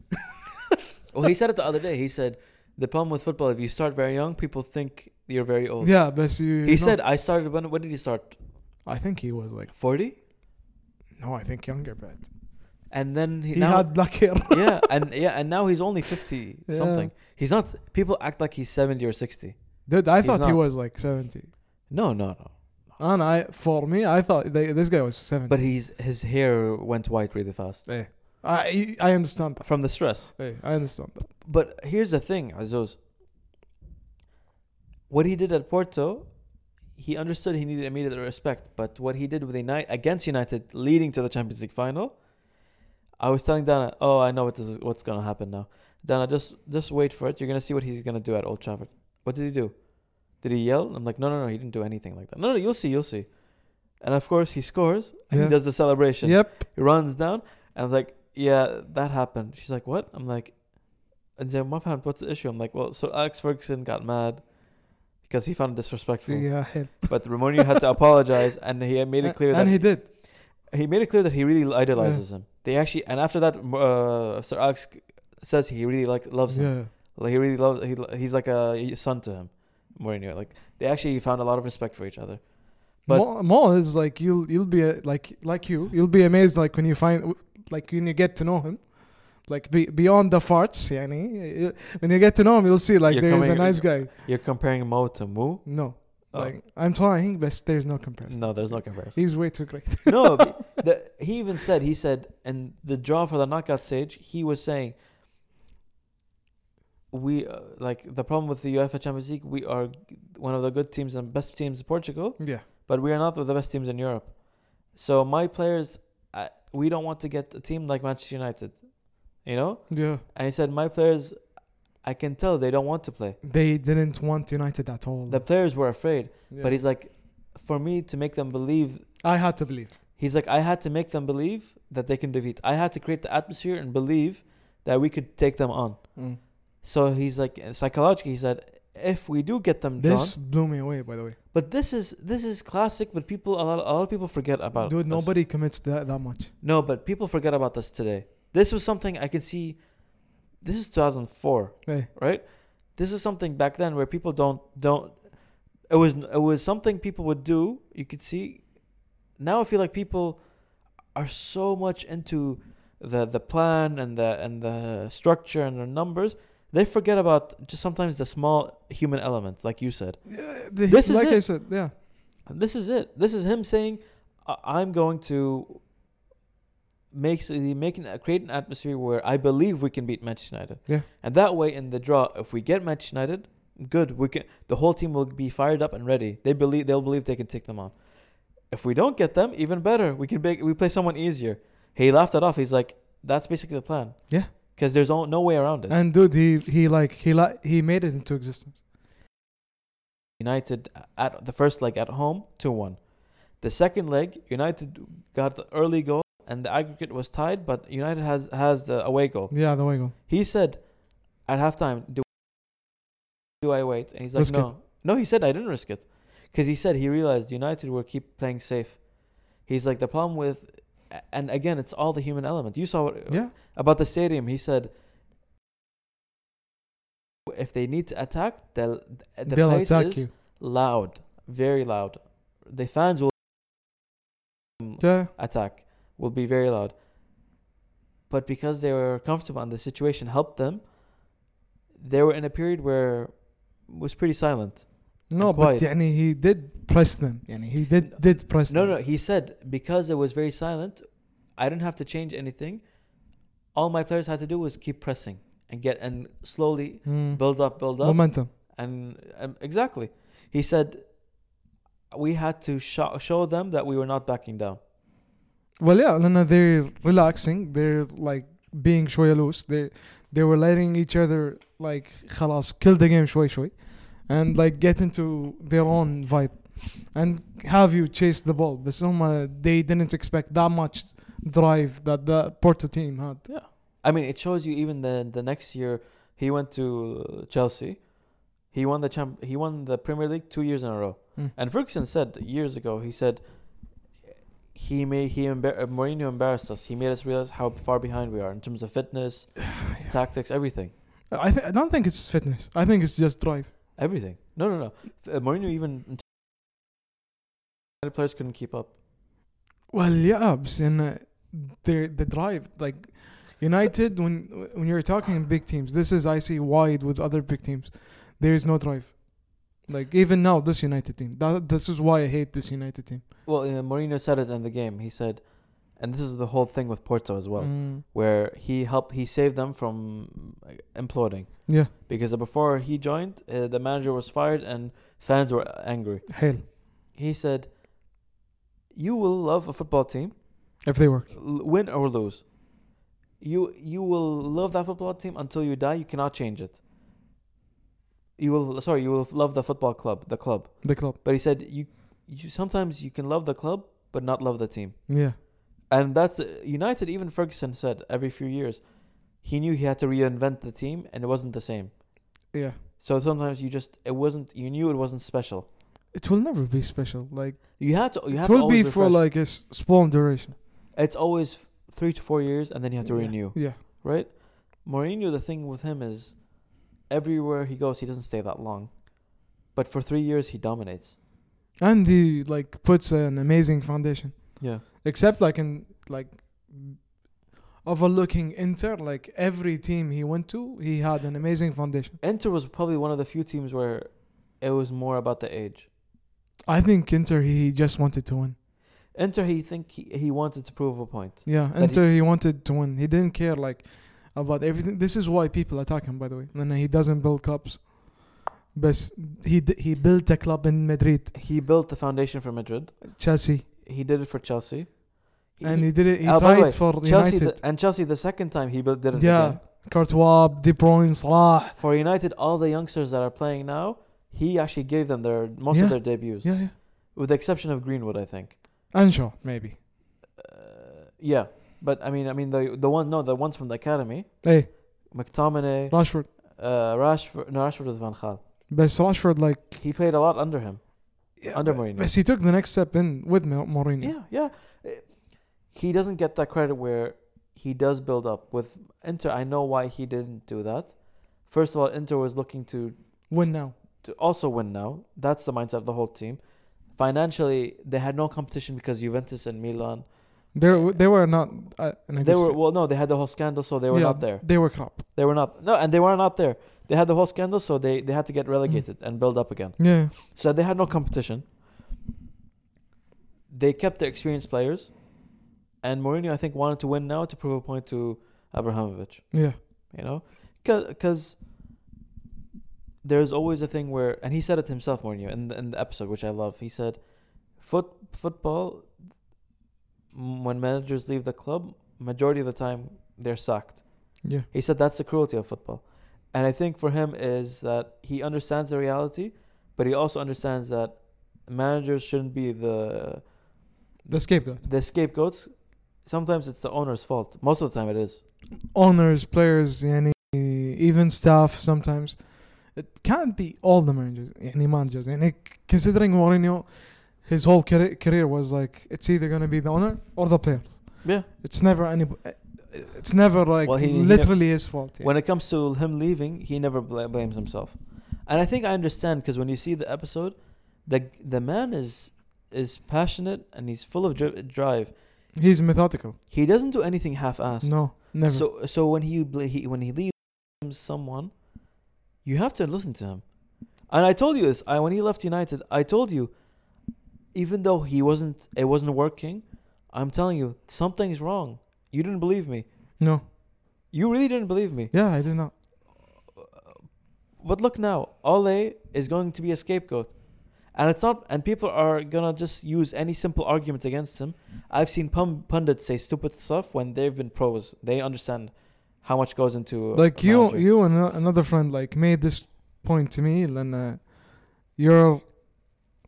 Well, he said it the other day. He said, "The problem with football, if you start very young, people think you're very old."
Yeah, but you.
He
know-
said, "I started when? When did he start?
I think he was like
Forty,
no, I think younger, but
and then he,
he
now,
had black hair.
*laughs* yeah, and yeah, and now he's only fifty
Yeah.
something. He's not. People act like he's seventy or sixty.
Dude, I
He's
thought he
not.
was like seventy.
No, no, no.
And I, for me, I thought they, this guy was seventy.
But he's his hair went white really fast
Eh. I I understand that.
from the stress.
Eh, I understand that.
But here's the thing, Azos. What he did at Porto, he understood he needed immediate respect. But what he did with United against United, leading to the Champions League final, I was telling Dana, oh, I know what this is, what's gonna happen now. Dana, just just wait for it. You're gonna see what he's gonna do at Old Trafford. What did he do? Did he yell? I'm like, no, no, no. He didn't do anything like that. No, no, you'll see, you'll see. And of course, he scores and
Yeah.
he does the celebration.
Yep.
He runs down and I'm like, yeah, that happened. She's like, what? I'm like, and then my friend, what's the issue? I'm like, well, so Alex Ferguson got mad because he found it disrespectful.
Yeah. Him.
But Romano had
*laughs*
to apologize, and he made it clear
and
that
he did.
he made it clear that he really idolizes him. They actually, and after that, uh, Sir Alex says he really like loves him.
Yeah.
Like he really loves. He, he's like a son to him, Mourinho. Like they actually found a lot of respect for each other. But-
Mo, Mo is like you'll you'll be uh, like like you you'll be amazed like when you find like when you get to know him, like be, beyond the farts. Yani, uh, when you get to know him, you'll see like
You're
there is a
coming-
nice guy.
You're comparing Mo to Mu.
No,
Oh,
like I'm trying, but there's no comparison.
no, there's no comparison.
He's way too great. *laughs*
no, but the, he even said he said, and the draw for the knockout stage, he was saying, we uh, like the problem with the UEFA Champions League. We are one of the good teams and best teams in Portugal.
yeah,
but we are not the best teams in Europe. So my players, I, we don't want to get a team like Manchester United, you know.
yeah.
And he said, my players, I can tell they don't want to play.
They didn't want United at all.
The players were afraid,
Yeah.
but he's like, for me to make them believe,
I had to believe.
he's like, I had to make them believe that they can defeat. I had to create the atmosphere and believe that we could take them on. So he's like, psychologically, he said, if we do get them drawn,
This blew me away, by the way.
but this is this is classic. But people, a lot, a lot of people forget about.
Dude,
this.
nobody commits that that much.
No, but people forget about this today. This was something I can see. This is 2004,
Hey,
right? This is something back then where people don't don't. It was it was something people would do. You could see. Now I feel like people are so much into the the plan and the and the structure and the numbers. They forget about just sometimes the small human element, like you said. This is
like
it.
I said, yeah.
And this is it. This is him saying, "I- "I'm going to make make an, create an atmosphere where I believe we can beat Manchester United."
Yeah.
And that way, in the draw, if we get Manchester United, good. We can. The whole team will be fired up and ready. They believe they'll believe they can take them on. If we don't get them, even better. We can make, we play someone easier. He laughed it off. He's like, "That's basically the plan."
Yeah.
Because there's no, no way around it.
And dude, he he like he li- he made it into existence.
United at the first leg at home, 2 1. The second leg, United got the early goal and the aggregate was tied, but United has, has the away goal.
Yeah, there we go.
He said at halftime, do, do I wait? And he's like,
Risk it.
no. No, he said, I didn't risk it. Because he said he realized United were keep playing safe. He's like, the problem with, and again, it's all the human element. You saw what,
Yeah,
about the stadium. He said, if they need to attack, they'll, the
they'll
place
attack
is
you.
loud, very loud. The fans will
Yeah,
attack, will be very loud. But because they were comfortable and the situation helped them, they were in a period where it was pretty silent.
no,
and
but
quiet.
yani, he did press them. Yani, he did did press
No,
them.
no, he said because it was very silent, I didn't have to change anything. All my players had to do was keep pressing and get and slowly
Mm.
build up, build up.
momentum.
And um, exactly, he said we had to sho- show them that we were not backing down.
Well, yeah, Lana, they're relaxing. They're like being شوية loose. They they were letting each other like خلاص kill the game شوي شوي, and like get into their own vibe, and have you chase the ball. But هم, they didn't expect that much drive that the Porto team had.
I mean, it shows you even the the next year he went to Chelsea. He won the champ. He won the Premier League two years in a row.
Mm.
And Ferguson said years ago, he said he may he embar- uh, Mourinho embarrassed us. He made us realize how far behind we are in terms of fitness, tactics, everything,
I th- I don't think it's fitness. I think it's just drive.
everything. No, no, no. F- uh, Mourinho even the players couldn't keep up.
Well, yeah, بس إن their the drive like United when when you're talking big teams, this is I see wide with other big teams. There is no drive. Like even now, this United team. That this is why I hate this United team.
Well, uh, Mourinho said it in the game. He said, and this is the whole thing with Porto as well,
Mm.
where he helped he saved them from uh, imploding.
Yeah,
because before he joined, uh, the manager was fired and fans were angry.
hell,
He said, "You will love a football team,
if they work.
l- win or lose. you you will love that football team until you die. You cannot change it. You will sorry, you will love the football club, the club.
The club.
But he said you you sometimes you can love the club but not love the team.
Yeah.
And that's uh, United even Ferguson said every few years he knew he had to reinvent the team and it wasn't the same.
Yeah.
So sometimes you just it wasn't you knew it wasn't special.
It will never be special. Like
You had to you have
it
to
will be
always
for
refresh.
like a s- small duration.
it's always 3 to 4 years and then you have to
Yeah.
renew.
Yeah.
right? Mourinho, the thing with him is everywhere he goes, he doesn't stay that long. But for three years, he dominates.
And he like puts an amazing foundation.
Yeah.
Except like in like overlooking Inter, like every team he went to, he had an amazing foundation.
Inter was probably one of the few teams where it was more about the age.
I think Inter he just wanted to win.
Inter, he think he, he wanted to prove a point.
Yeah,
he-
Inter he, wanted to win. He didn't care like about everything. This is why people attack him, by the way. And he doesn't build clubs. But he d- he built a club in Madrid,
He built the foundation for Madrid.
Chelsea,
He did it for Chelsea. He-
and he did it. He
uh, by the
tried
way,
for
Chelsea
United.
the- and Chelsea the second time he built did it
yeah,
again.
Courtois, De Bruyne,
*sighs*
Salah.
For United, all the youngsters that are playing now, he actually gave them their most
Yeah.
of their debuts,
Yeah, yeah.
with the exception of Greenwood, I think. Uh,
And Shaw, maybe.
yeah, but I mean, I mean the the one no the ones from the academy,
Hey,
McTominay,
Rashford.
uh, Rashford, no Rashford was Van Gaal.
But Rashford like
He played a lot under him, under Mourinho.
But he took the next step in with Mo- Mourinho.
Yeah, yeah. Uh, He doesn't get that credit where he does build up with Inter. I know why he didn't do that. First of all, Inter was looking to
Win now.
to also win now. That's the mindset of the whole team. Financially, they had no competition because Juventus and Milan.
They they were not. Uh, in a
They
good
were
state.
well, no, they had the whole scandal, so they were
Yeah,
not there.
They were crap.
They were not. No, and they were not there. They had the whole scandal, so they, they had to get relegated and build up again.
Yeah.
So they had no competition. They kept their experienced players. And Mourinho, I think, wanted to win now to prove a point to Abramovich.
Yeah.
you know? Because there's always a thing where, and he said it himself, Mourinho, in the, in the episode, which I love. He said, Foot, football, m- when managers leave the club, majority of the time, they're sacked.
Yeah.
He said that's the cruelty of football. And I think for him is that he understands the reality, but he also understands that managers shouldn't be the
The scapegoat.
the scapegoats. Sometimes it's the owner's fault. Most of the time it is.
Owners, players, any even staff sometimes. It can't be all the managers, any managers. And it- considering Mourinho, his whole career, career was like it's either gonna be the owner or the players.
Yeah.
It's never any. uh, It's never like
Well, he- he nev-
literally his fault. yeah.
When it comes to him leaving, he never bla- blames himself. And I think I understand because when you see the episode, the the man is is passionate and he's full of dri- drive.
He's methodical.
He doesn't do anything half-assed.
No, never.
So so when he, bl- he when he leaves someone, you have to listen to him. And I told you this. I when he left United, I told you, even though he wasn't, it wasn't working. I'm telling you, something's wrong. You didn't believe me.
no.
You really didn't believe me.
Yeah, I did not.
But look now, Ole is going to be a scapegoat. And it's not, and people are gonna just use any simple argument against him. I've seen pun- pundits say stupid stuff when they've been pros. They understand how much goes into a
like you
manager.
you and ano- another friend like made this point to me and uh, you're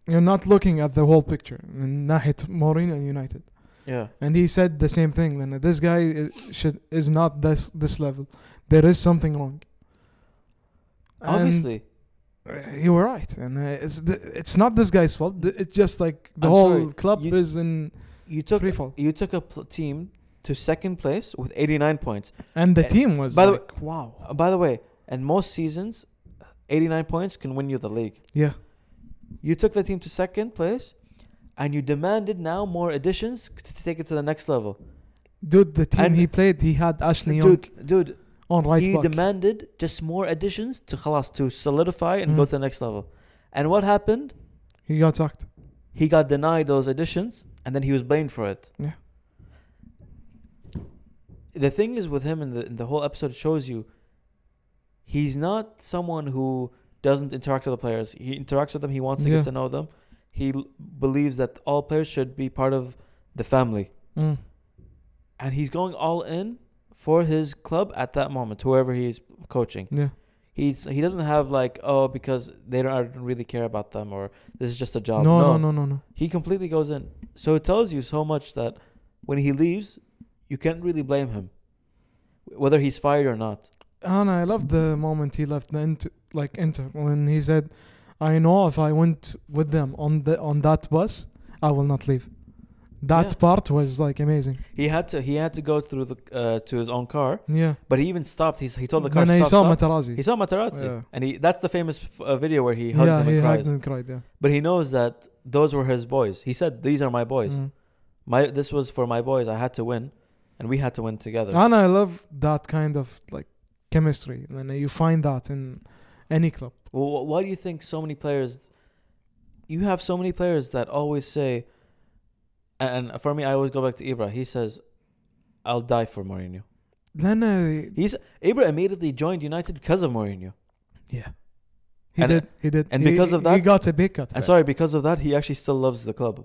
you're not looking at the whole picture and ناحية Mourinho and United
yeah.
and he said the same thing Lena. this guy is, should is not this this level there is something wrong And
Obviously,
you were right and uh, it's the, it's not this guy's fault Th- it's just like the
I'm
whole
sorry,
club
you-
is in
you took
free fall
you took a pl- team to second place with 89 points.
and the
eh,
team was
by the
like, wow
Uh, by the way, in most seasons, 89 points can win you the league.
yeah
You took the team to second place, and you demanded now more additions c- to take it to the next level.
dude the team
And-
he played he had Ashley Young
Dude, dude,
on right
he
back.
demanded just more additions to خلاص, to solidify and go
Mm.
to the next level. And what happened?
he got sacked
He got denied those additions, and then he was blamed for it.
Yeah.
The thing is with him, and the, in the whole episode shows you, he's not someone who doesn't interact with the players. He interacts with them. He wants to
Yeah.
get to know them. He l- believes that all players should be part of the family,
Mm.
and he's going all in for his club at that moment, whoever he's coaching.
Yeah.
He's he doesn't have like oh because they don't, I don't really care about them or this is just a job.
no, no, no, no, no.
He completely goes in. So it tells you so much that when he leaves, you can't really blame him, whether he's fired or not.
And I loved the moment he left the inter, like Inter when he said, "I know if I went with them on the on that bus, I will not leave." That
Yeah.
part was like amazing.
He had to he had to go through the uh, to his own car,
Yeah.
but he even stopped. He he told the car
when I
stop.
saw
stop."
Materazzi,
he saw Materazzi,
Yeah.
and he that's the famous f- uh, video where he hugs
yeah,
him
he
and
hugged
cries.
and cried. Yeah.
But he knows that those were his boys. He said, "These are my boys.
Mm.
My this was for my boys. I had to win, and we had to win together."
And I love that kind of like chemistry, and you find that in any club.
Well, why do you think so many players? You have so many players that always say, and for me, I always go back to Ibra. He says, "I'll die for Mourinho."
Then uh,
He's Ibra immediately joined United because of Mourinho,
Yeah. He
And- uh,
did. He did.
and
He-
because of
he
that-
got a big cut.
and
back.
sorry, because of that, he actually still loves the club.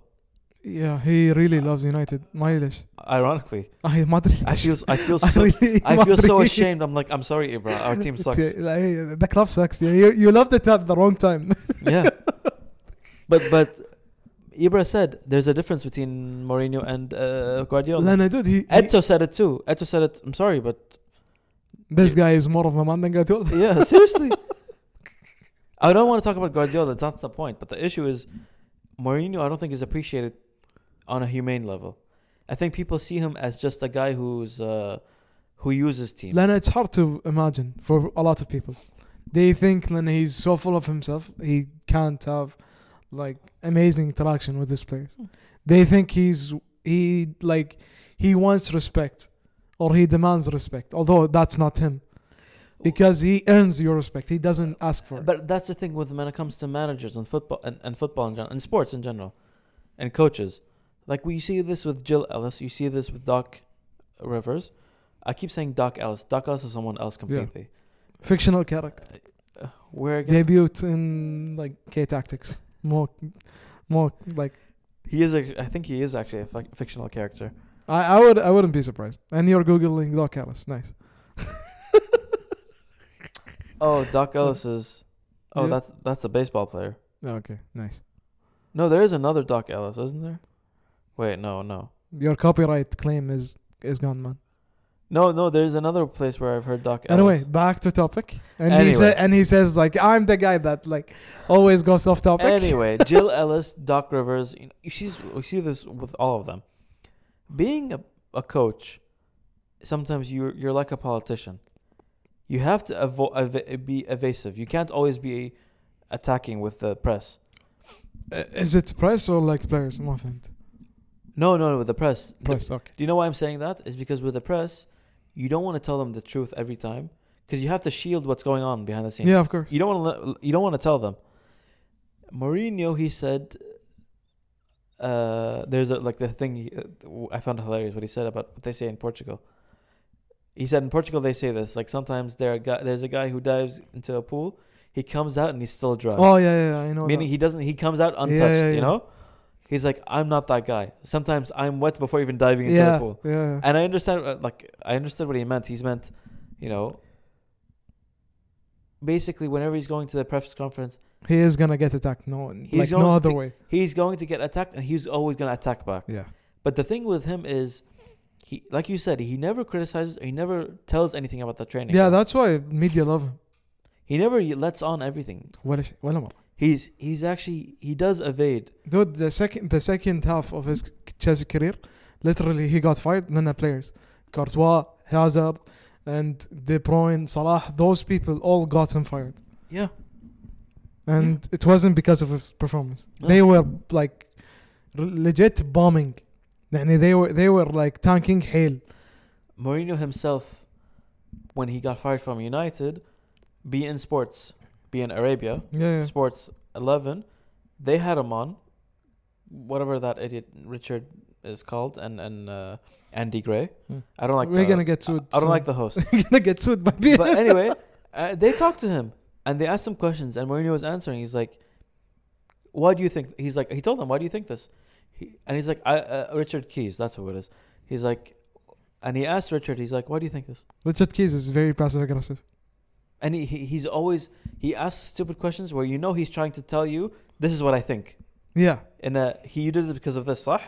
Yeah, he really loves United. Mailish.
Ironically,
I Madrid. *laughs*
I feel I feel so
really
I feel so
Madrid.
ashamed. I'm like, I'm sorry, Ibra. Our
*laughs*
team sucks.
Yeah, like, the club sucks. Yeah, you, you loved it at the wrong
*laughs*
time.
yeah. But but Ibra said there's a difference between Mourinho and uh, Guardiola.
Lana, dude, he, he-
Eto said it too. Eto said it. I'm sorry, but
this guy is more of a man than Guardiola.
yeah, seriously. I don't want to talk about Guardiola. That's not the point. But the issue is Mourinho. I don't think is appreciated on a humane level. I think people see him as just a guy who's uh, who uses teams.
Lana, it's hard to imagine for a lot of people. They think Lana he's so full of himself, he can't have like amazing interaction with his
Hmm.
players. They think he's he like he wants respect or he demands respect, although that's not him. Because he earns your respect. He doesn't ask for it.
Oh. But that's the thing with when it comes to managers and football and, and football in general and sports in general and coaches. Like we see this with Jill Ellis, you see this with Doc Rivers. I keep saying Doc Ellis. Doc Ellis is someone else completely.
Fictional character.
Uh, where again?
Debut in like K tactics. More more like
He is. A, I think he is actually a fic- fictional character.
I, I would I wouldn't be surprised. And you're googling Doc Ellis. Nice.
Oh, Doc Ellis is. Oh,
Yeah.
that's that's a baseball player.
Okay, nice.
No, there is another Doc Ellis, isn't there? Wait, no, no,
Your copyright claim is is gone, man.
no, no. There is another place where I've heard Doc Ellis.
Anyway, back to topic. And he
Anyway.
said, and he says like I'm the guy that like always goes off topic. *laughs*
Anyway, Jill Ellis, Doc Rivers, you know, she's we see this with all of them. Being a, a coach, sometimes you're you're like a politician. You have to avo- ev- be evasive. You can't always be attacking with the press.
Uh, is it press or like players? ما فهمت.
No, no, no, with the press. The-
Press. Okay.
do you know why I'm saying that? Is because with the press, you don't want to tell them the truth every time because you have to shield what's going on behind the scenes.
Yeah, of course.
You don't want to. You don't want to tell them. Mourinho, he said. Uh, there's a, like the thing he- uh, I found hilarious what he said about what they say in Portugal. He said in Portugal they say this like sometimes there are guy, there's a guy who dives into a pool, he comes out and he's still drunk.
Oh yeah, yeah, yeah, I know.
Meaning
that.
he doesn't he comes out untouched,
yeah,
you
yeah.
know? He's like I'm not that guy. Sometimes I'm wet before even diving into
yeah,
the pool.
yeah,
And I understand, uh, like, I understood what he meant. He's meant, you know, basically, whenever he's going to the press conference,
he is gonna get attacked. No, like
going
no other
to-
way.
he's going to get attacked, and he's always going to attack back.
Yeah,
But the thing with him is, he, like you said, he never criticizes. He never tells anything about the training.
yeah. That's why media love him.
he never y- lets on everything.
ولا شيء- ولا مرة.
He's he's actually he does evade.
Dude, the second the second half of his Chelsea career, literally he got fired. Then the players, Courtois, Hazard, and De Bruyne, Salah, those people all got him fired,
Yeah,
and it wasn't because of his performance. They were like r- legit bombing. يعني they were they were like tanking Hale.
Mourinho himself, when he got fired from United, be in sports, be in Arabia.
Yeah, yeah.
Sports 11, they had him on, whatever that idiot Richard is called, and and uh, Andy Gray.
Hmm.
I don't like.
We're
the,
gonna get sued.
I don't
soon.
like the host.
*laughs* We're gonna get sued by people.
but anyway, *laughs* uh, they talked to him and they asked him questions, and Mourinho was answering. He's like, "Why do you think?" He's like, he told them, "Why do you think this?" He, and he's like, I, uh, "Richard Keys, that's who it is." He's like, And he asked Richard, he's like, why do you think this?
Richard Keys is very passive aggressive.
And he, he he's always he asks stupid questions where you know he's trying to tell you this is what I think.
Yeah.
And uh, he you did it because of this, صح?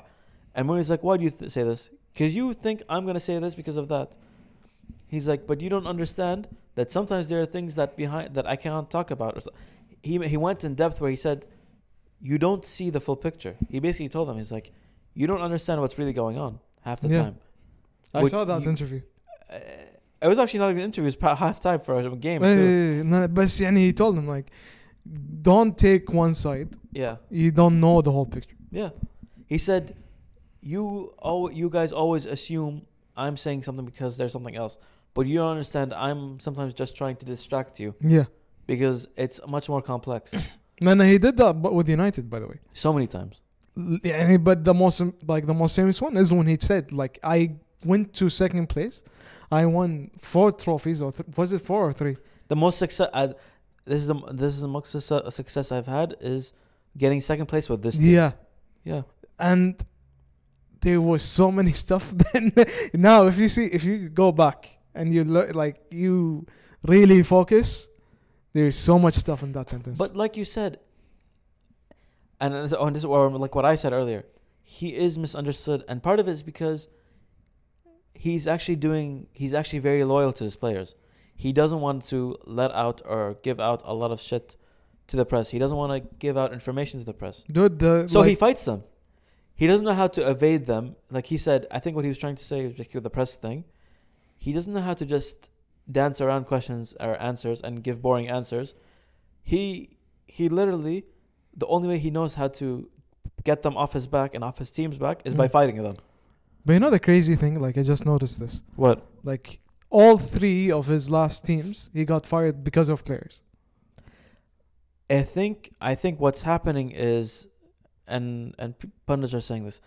And when he's like, why do you th- say this? Because you think I'm gonna say this because of that. He's like, but you don't understand that sometimes there are things that behind that I cannot talk about. Or so. He he went in depth where he said, you don't see the full picture. He basically told them he's like, you don't understand what's really going on half the
Yeah.
time.
I
Wait,
saw that
you-
interview.
Uh, it was actually not even an interview. It was pa- half time for a game
Wait,
too.
wait, wait, no, but and he told him like, don't take one side.
Yeah.
You don't know the whole picture.
Yeah. He said, "You all, you guys always assume I'm saying something because there's something else, but you don't understand. I'm sometimes just trying to distract you
Yeah.
because it's much more complex. *coughs*
No, no, he did that but with United, by the way.
so many times.
L- يعني, but the most like the most famous one is when he said like I went to second place, I won four trophies or th- was it four or three?
The most success. I, this is the this is the most success, uh, success I've had is getting second place with this team.
Yeah,
Yeah.
and there was so many *laughs* stuff. Then now, if you see, if you go back and you look like you really focus, there's so much stuff in that sentence.
But like you said, and this, oh, and this or like what I said earlier, he is misunderstood, and part of it is because he's actually doing. He's actually very loyal to his players. He doesn't want to let out or give out a lot of shit to the press. He doesn't want to give out information to the press.
dude, the
So he
like,
fights them. He doesn't know how to evade them. Like he said, I think what he was trying to say was just with the press thing. He doesn't know how to just dance around questions or answers and give boring answers. He he literally the only way he knows how to get them off his back and off his team's back is by
Mm.
fighting them.
but you know the crazy thing, like I just noticed this.
What?
Like all three of his last teams, he got fired because of players.
I think I think what's happening is, and and p- pundits are saying this,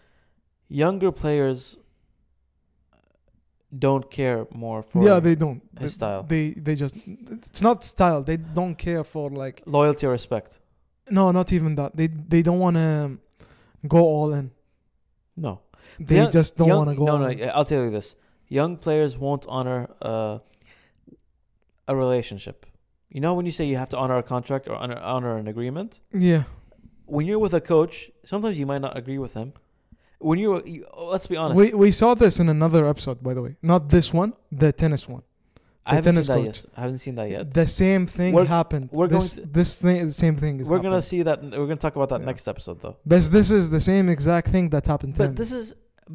younger players don't care more for
yeah, they don't.
his
They-
style.
They they just it's not style. They don't care for like
loyalty or respect.
no, not even that. They they don't want to go all in.
No,
They
Young-
just don't
young-
want to go.
No,
all
no.
in.
yeah, I'll tell you this: young players won't honor uh, a relationship. You know, when you say you have to honor a contract or honor, honor an agreement,
Yeah,
when you're with a coach, sometimes you might not agree with him. When you're, you, oh, let's be honest,
we we saw this in another episode, by the way. Not this one, the tennis one.
I haven't seen
tennis
that
coach.
yet. I haven't seen that yet.
The same thing
We're-
happened.
we're
this
going
this thing, the same thing is.
We're gonna see that. We're gonna talk about that
Yeah.
next episode, though.
But this is the same exact thing that happened to him.
But this is,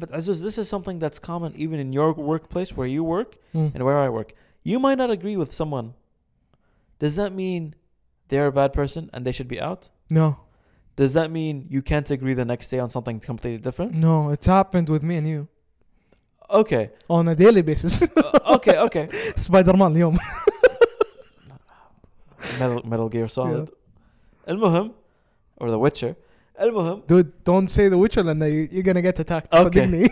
but Aziz, this is something that's common even in your workplace where you work.
Mm.
and where I work. You might not agree with someone. Does that mean they're a bad person and they should be out?
no,
Does that mean you can't agree the next day on something completely different?
no, it's happened with me and you *laughs*
Okay.
on a daily basis.
*laughs* Uh, okay, okay.
Spider-Man, اليوم.
Metal, Metal Gear Solid. المهم or The Witcher. المهم
Dude, don't say The Witcher لأن you- you're gonna get attacked.
Okay.
*laughs* صدقني.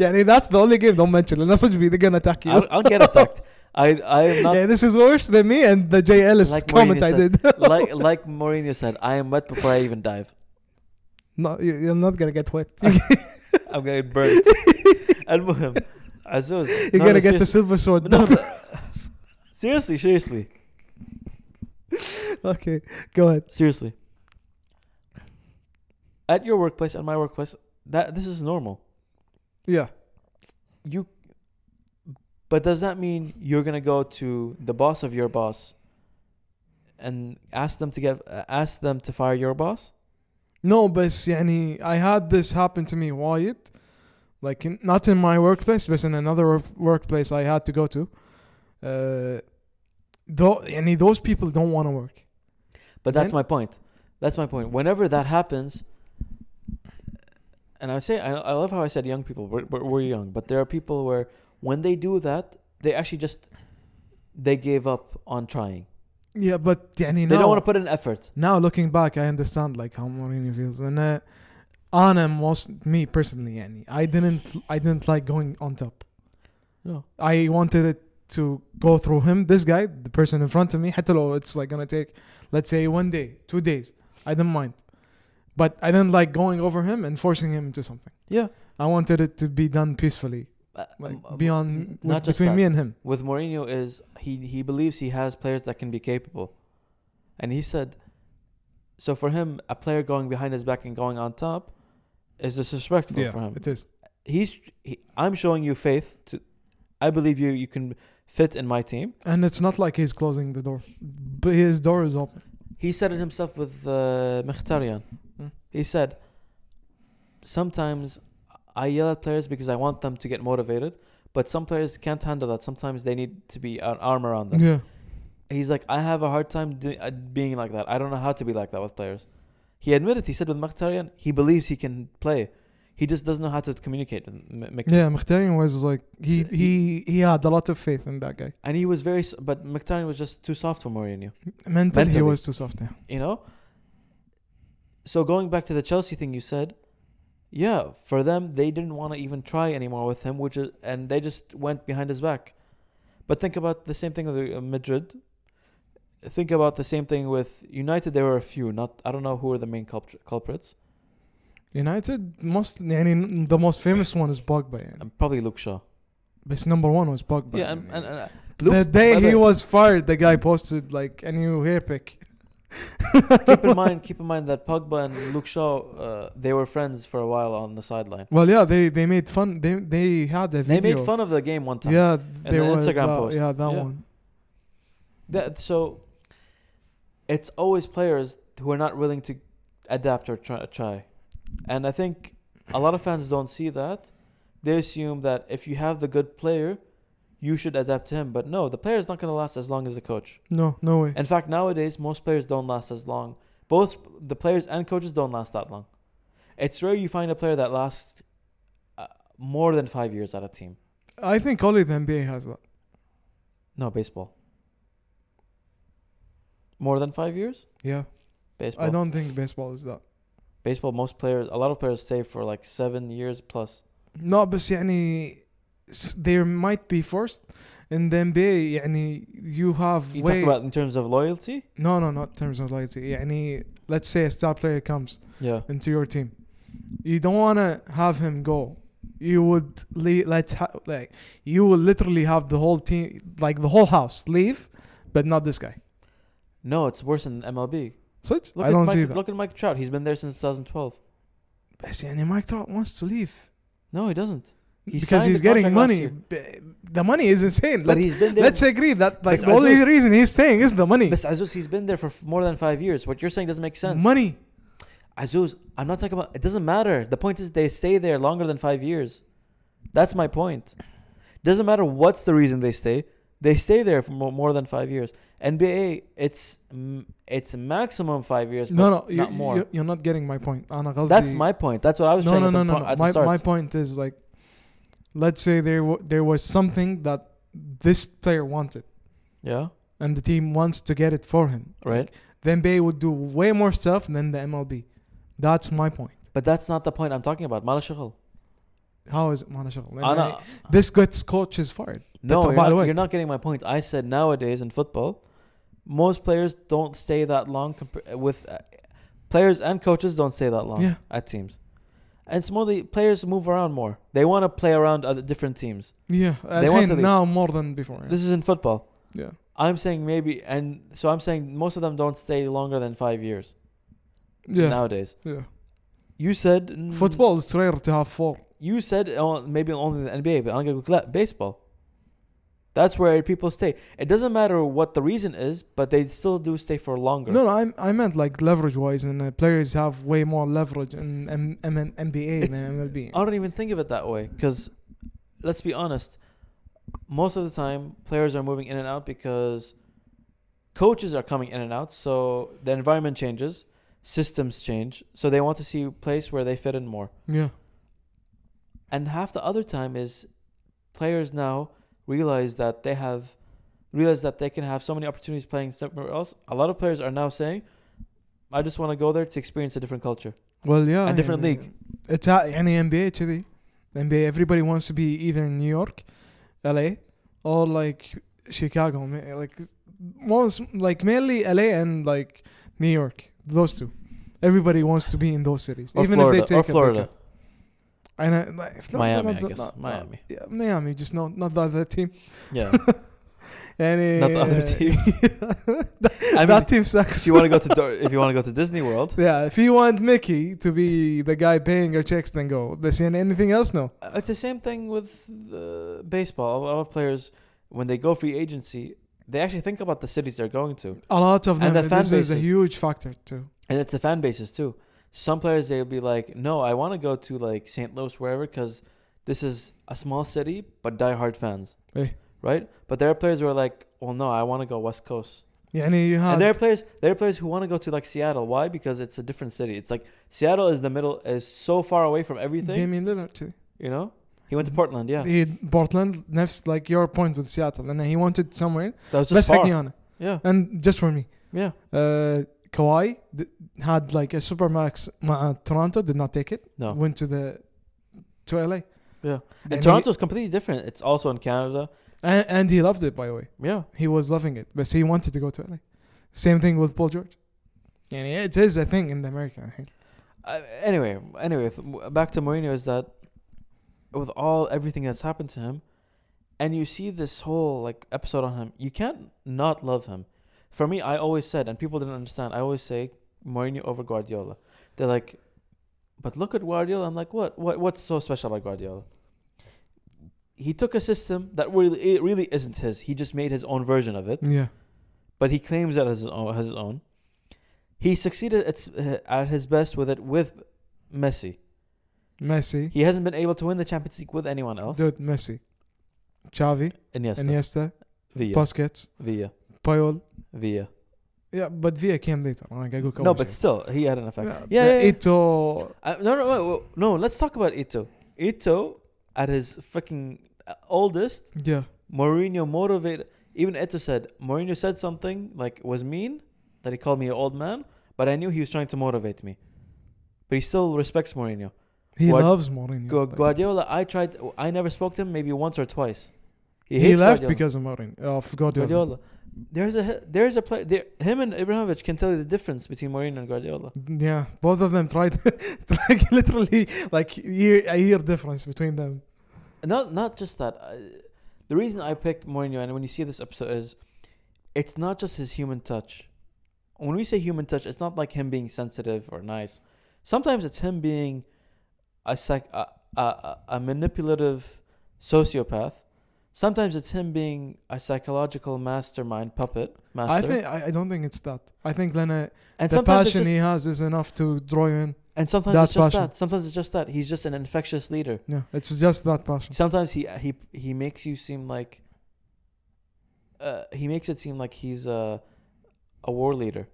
يعني that's the only game don't mention لأن صدق they're gonna attack you.
I'll, I'll get
*laughs*
attacked. I I am not
yeah, this is worse than me and the Jay Ellis
Like
comment
Mourinho
I
said.
did. *laughs*
like like Mourinho said. I am wet before I even dive.
no, you- you're not gonna
*laughs*
get wet.
I'm gonna get
*laughs*
burnt. المهم Azuz.
You're
no, no,
gonna get the
seriously.
silver sword.
*laughs* No, but- seriously, seriously,
*laughs* okay, go ahead.
seriously. At your workplace, at my workplace, that this is normal.
Yeah.
You, but does that mean you're gonna go to the boss of your boss and ask them to get uh, ask them to fire your boss?
No, بس يعني I had this happen to me وايد. Like in, not in my workplace, but in another work- workplace I had to go to. Uh, though, يعني those people don't want to work.
But that's
Then-
my point. That's my point. Whenever that happens, and I say I, I love how I said young people. We're, we're, we're young, but there are people where when they do that, they actually just they gave up on trying.
Yeah, but يعني
They
now,
don't want to put in effort.
now looking back, I understand like how Mourinho feels. And uh, Anna, most me personally, يعني I didn't, I didn't like going on top.
No.
I wanted it to go through him. This guy, the person in front of me, حتى لو it's like gonna take, let's say one day, two days. I didn't mind, but I didn't like going over him and forcing him into something.
Yeah.
I wanted it to be done peacefully
uh,
like
um,
beyond
not
with-
just
between
that.
me and him.
with Mourinho is he he believes he has players that can be capable, and he said, so for him, a player going behind his back and going on top is disrespectful for
Yeah,
him.
it is.
He's he, I'm showing you faith. To, I believe you. You can fit in my team.
And it's not like he's closing the door, but his door is open.
He said it himself with uh, Mkhitaryan.
Hmm.
He said, sometimes I yell at players because I want them to get motivated, but some players can't handle that. Sometimes they need to be an arm around them.
Yeah,
He's like, I have a hard time do- uh, being like that. I don't know how to be like that with players. He admitted, he said with Mkhitaryan, he believes he can play. He just doesn't know how to communicate with M- Mk-
yeah. Mkhitaryan was like he
So
he he had a lot of faith in that guy.
And he was very, s- but Mkhitaryan was just too soft for Mourinho,
Mentally, he
Mentally.
was too soft. Yeah.
you know? So going back to the Chelsea thing you said, yeah, for them, they didn't want to even try anymore with him, which is, and they just went behind his back. But think about the same thing with uh, Madrid. Think about the same thing with United. There were a few, not, I don't know who were the main culpr- culprits.
United most يعني, the most famous one is Pogba. يعني.
and probably Luke Shaw.
But number one was Pogba.
yeah, and,
يعني.
and, and uh,
the
Luke- by
day
the
he
way,
was fired, the guy posted like a new hair pick.
keep in mind, keep in mind that Pogba and Luke Shaw, uh, they were friends for a while on the sideline.
Well, yeah, they they made fun. They they had a
They
video.
made fun of the game one time.
Yeah,
the
they were
Instagram
that,
post.
Yeah, that
Yeah.
one.
That, so it's always players who are not willing to adapt or try, try. And I think a lot of fans don't see that. They assume that if you have the good player, you should adapt to him. But no, the player is not going to last as long as the coach.
No, no way.
In fact, nowadays most players don't last as long. Both the players and coaches don't last that long. It's rare you find a player that lasts uh, more than five years at a team.
I think only the NBA has that.
No, baseball. More than five years?
Yeah,
Baseball.
I don't think baseball is that.
Baseball. Most players, a lot of players, stay for like seven years plus.
No, but يعني s- there might be forced in the NBA. يعني you have
You
way.
talk about in terms of loyalty.
no, no, not in terms of loyalty. يعني let's say a star player comes
Yeah.
into your team. You don't want to have him go. You would le- let ha- like you will literally have the whole team, like the whole house, leave, but not this guy.
No, it's worse than MLB.
Such
Look
I
at
don't
Mike,
see that.
Look at Mike Trout. He's been there since 2012.
But يعني Mike Trout wants to leave
No, he doesn't. He
because
signed
he's
the
getting
contract last
money.
year.
B- The money is insane.
But
Let's
he's been there.
let's agree that like
But
the only
Azul-
reason he's staying is the money.
But Azuz, he's been there for f- more than five years. What you're saying doesn't make sense.
Money.
Azuz, I'm not talking about. It doesn't matter. The point is they stay there longer than five years. That's my point. Doesn't matter what's the reason they stay. They stay there for mo- more than five years. NBA, it's mm, it's maximum five years, but
No, no, you,
not more.
you- You're not getting my point. أنا قصدي-
That's my point. That's what I was
no,
trying
no,
to
no,
at the
no,
po-
no.
at the
My,
start.
my point is like, let's say there w- there was something that this player wanted,
yeah,
and the team wants to get it for him.
right.
Then Bay would do way more stuff than the MLB. That's my point.
But that's not the point I'm talking about. Mala Shaghal.
How is it Mana Shaghal? And
Ana-
I- This gets coaches fired.
No,
But
you're
by the
not,
way,
you're not getting my point. I said nowadays in football, most players don't stay that long. Comp- with uh, players and coaches don't stay that long
Yeah.
at teams. And it's more the players move around more. They want to play around other different teams.
Yeah,
They want
الحين
to leave.
now more than before. Yeah.
This is in football.
yeah.
I'm saying maybe, and so I'm saying most of them don't stay longer than five years
Yeah.
nowadays.
yeah.
You said mm,
Football is rare to have four.
You said oh, maybe only the NBA, but I'm gonna go baseball. That's where people stay. It doesn't matter what the reason is, but they still do stay for longer.
No, no, I, I meant like leverage wise, and uh, players have way more leverage in M- M- M- NBA
It's-
than MLB.
I don't even think of it that way because let's be honest, most of the time players are moving in and out because coaches are coming in and out, so the environment changes, systems change, so they want to see a place where they fit in more.
yeah.
And half the other time is players now realize that they have realize that they can have so many opportunities playing somewhere else. A lot of players are now saying, I just want to go there to experience a different culture.
Well, Oh, yeah.
A different
يعني
league.
It's ha- يعني NBA كذي. NBA everybody wants to be either in New York, LA, or like Chicago. ma- Like most like mainly LA and like New York. Those two. Everybody wants to be in those cities,
Or
even
Florida.
if they take
or Florida.
a pay cut. And I, like, if not-
Miami, I
not-
guess.
not- *laughs*
Miami.
yeah, Miami, just no, not the other team.
Yeah.
And,
Not the
uh,
other
*laughs*
team.
that, *laughs*
I mean,
that team sucks.
if you want to go to Dor- if you want to go to Disney
*laughs*
World,
yeah, if you want Mickey to be the guy paying your checks, then go. But seeing anything else, no.
uh, it's the same thing with uh, baseball. A lot of players, when they go free agency, they actually think about the cities they're going to,
A lot of them.
And the fan
this is a
bases.
huge factor too.
and it's the fan bases too. Some players they'll be like, "No, I want to go to like St. Louis, wherever, because this is a small city, but diehard fans,
Hey.
right?" But there are players who are like, "Well, no, I want to go West Coast."
Yeah, and you had
And there are players. There are players who want to go to like Seattle. Why? Because it's a different city. It's like Seattle is the middle, is so far away from everything.
Damian Lillard too.
You know, he went to Portland. Yeah,
He Portland left like your point with Seattle, and he wanted somewhere.
that was
Let's
just far. Yeah,
and just for me,
yeah.
uh, Kawhi d- had like a supermax. Ma- uh, Toronto did not take it.
No.
went to the to LA.
Yeah.
Then
And
he-
Toronto's completely different. It's also in Canada.
and, and he loved it by the way.
Yeah,
He was loving it, but he wanted to go to LA. Same thing with Paul George. And it is a thing in America. I think.
uh, anyway, anyway, th- back to Mourinho is that with all everything that's happened to him, and you see this whole like episode on him, you can't not love him. For me, I always said, and people didn't understand. I always say Mourinho over Guardiola. They're like, but look at Guardiola. I'm like, what? What? What's so special about Guardiola? He took a system that really it really isn't his. He just made his own version of it.
Yeah.
but he claims that as his own. As his own. He succeeded at, s- at his best with it with Messi.
Messi.
He hasn't been able to win the Champions League with anyone else.
Dude, Messi. Xavi,
Iniesta,
Iniesta,
Villa,
Busquets,
Villa,
Payol.
Villa.
Yeah, but Villa came later. Like, I go
No, but still, he had an effect.
yeah,
Yeah, yeah, yeah.
Ito.
Uh, no, no, wait, wait, no. Let's talk about Ito. Ito, at his freaking oldest,
Yeah.
Mourinho motivated. Even Ito said Mourinho said something like was mean that he called me an old man, but I knew he was trying to motivate me. But he still respects Mourinho.
He
Guard-
loves Mourinho.
Gu-
Like,
Guardiola, I tried. I never spoke to him maybe once or twice.
he
hates
left
Guardiola.
because of Mourinho. Of Guardiola.
Guardiola. There's a there's a play. There, him and Ibrahimovic can tell you the difference between Mourinho and Guardiola.
Yeah, both of them tried, *laughs* like literally, like year a year difference between them.
And Not not just that. Uh, the reason I pick Mourinho and when you see this episode is, it's not just his human touch. When we say human touch, it's not like him being sensitive or nice. Sometimes it's him being a psych a, a, a- a manipulative sociopath. Sometimes it's him being a psychological mastermind puppet master.
I think I, I don't think it's that. I think Lena
and
the
sometimes it's
passion
just,
he has is enough to draw you in.
and sometimes
that
it's just
passion.
that. Sometimes it's just that. He's just an infectious leader.
Yeah, it's just that passion.
Sometimes he he he makes you seem like. Uh, he makes it seem like he's a, a war leader.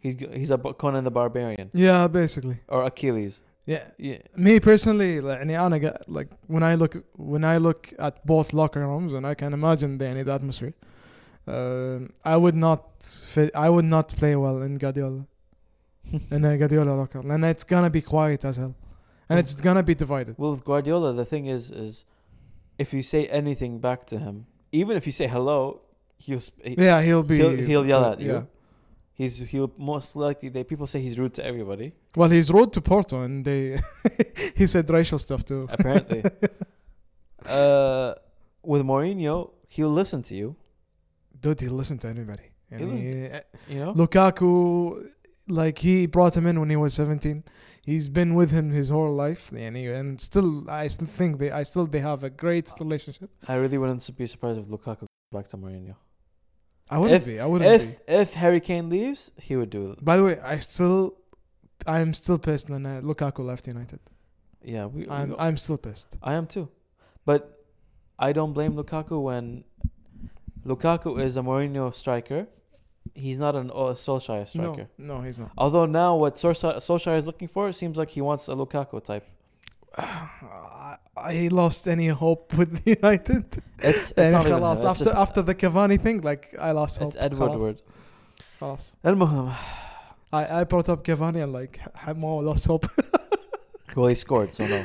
He's g- he's a b- Conan the Barbarian
Yeah, basically.
or Achilles.
Yeah,
Yeah, *laughs*
me personally, like, يعني أنا قا- like when I look when I look at both locker rooms and I can imagine the, يعني, the atmosphere. Um, I would not fit, I would not play well in Guardiola in a Guardiola locker, and it's gonna be quiet as hell, and it's gonna be divided.
Well, with Guardiola, the thing is, is if you say anything back to him, even if you say hello, he'll sp- he,
Yeah, he'll be uh,
he'll, he'll yell at
Yeah.
you. He's he'll most likely they people say he's rude to everybody.
Well, he's road to Porto, and they *laughs* he said racial stuff too.
Apparently, uh, with Mourinho, he'll listen to you.
Dude, he listened to anybody. And
listened
he-
You know,
Lukaku, like he brought him in when he was 17. He's been with him his whole life, and, he, and still, I still think they, I still they have a great relationship.
I really wouldn't be surprised if Lukaku goes back to Mourinho.
I wouldn't
If-
be. I wouldn't
If
be.
if Harry Kane leaves, he would do it.
By the way, I still, I'm still pissed when uh, Lukaku left United.
Yeah, we. we
I'm,
go-
I'm still pissed.
I am too, but I don't blame Lukaku when Lukaku is a Mourinho striker. He's not an a Solskjaer striker. Oh.
No, no, he's not.
Although now what Solskjaer, Solskjaer is looking for, it seems like he wants a Lukaku type.
I, I lost any hope *laughs* with United. *laughs*
It's, it's
And
not even him.
خلاص,
It's
after
just-
after the Cavani thing, like I lost hope.
It's Edward
خلاص,
Ward.
خلاص.
المهم.
I, I brought up Cavani and like *laughs* Hamo lost hope.
Well, he scored, so no.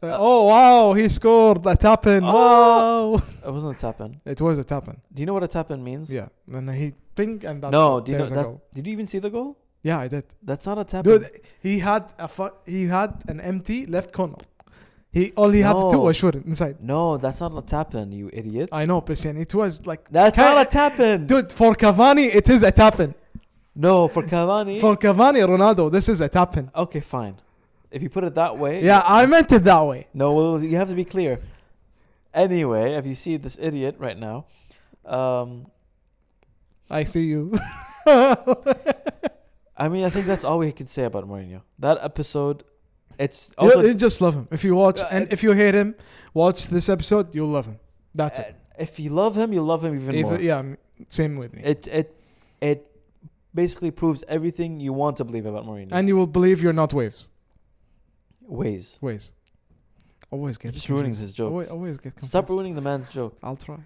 Uh, oh wow, he scored a tap in.
Oh.
Wow.
It wasn't a tap in.
It was a tap in.
Do you know what a tap in means?
Yeah. Then he ping and that's
no, do you know,
there's a
that's,
goal.
did you even see the goal?
Yeah, I did.
That's not a tap in.
Dude, he had a fu- he had an empty left corner. He all he had to do
No.
was shoot it inside.
No, that's not what's happened, you idiot.
I know, but يعني it was like
That's
Ca-
not what's happened.
dude for Cavani it is a tap in.
No, for Cavani.
For Cavani, Ronaldo, this is a tap in.
okay, fine. If you put it that way.
Yeah, I meant it that way.
No, well, you have to be clear. Anyway, if you see this idiot right now, um,
I see you.
I mean, I think that's all we can say about Mourinho. That episode, it's *laughs*
you,
also
you just love him. If you watch
Uh,
and if you hate him, watch this episode. You'll love him. That's it.
uh, if you love him, you love him even
If-
more.
yeah, m- same with me.
It it it basically proves everything you want to believe about Mourinho.
and you will believe you're not waves.
ways.
Waves. Always get
Just ruining
confused.
his jokes.
Always, always get confused.
Stop ruining the man's joke.
I'll try.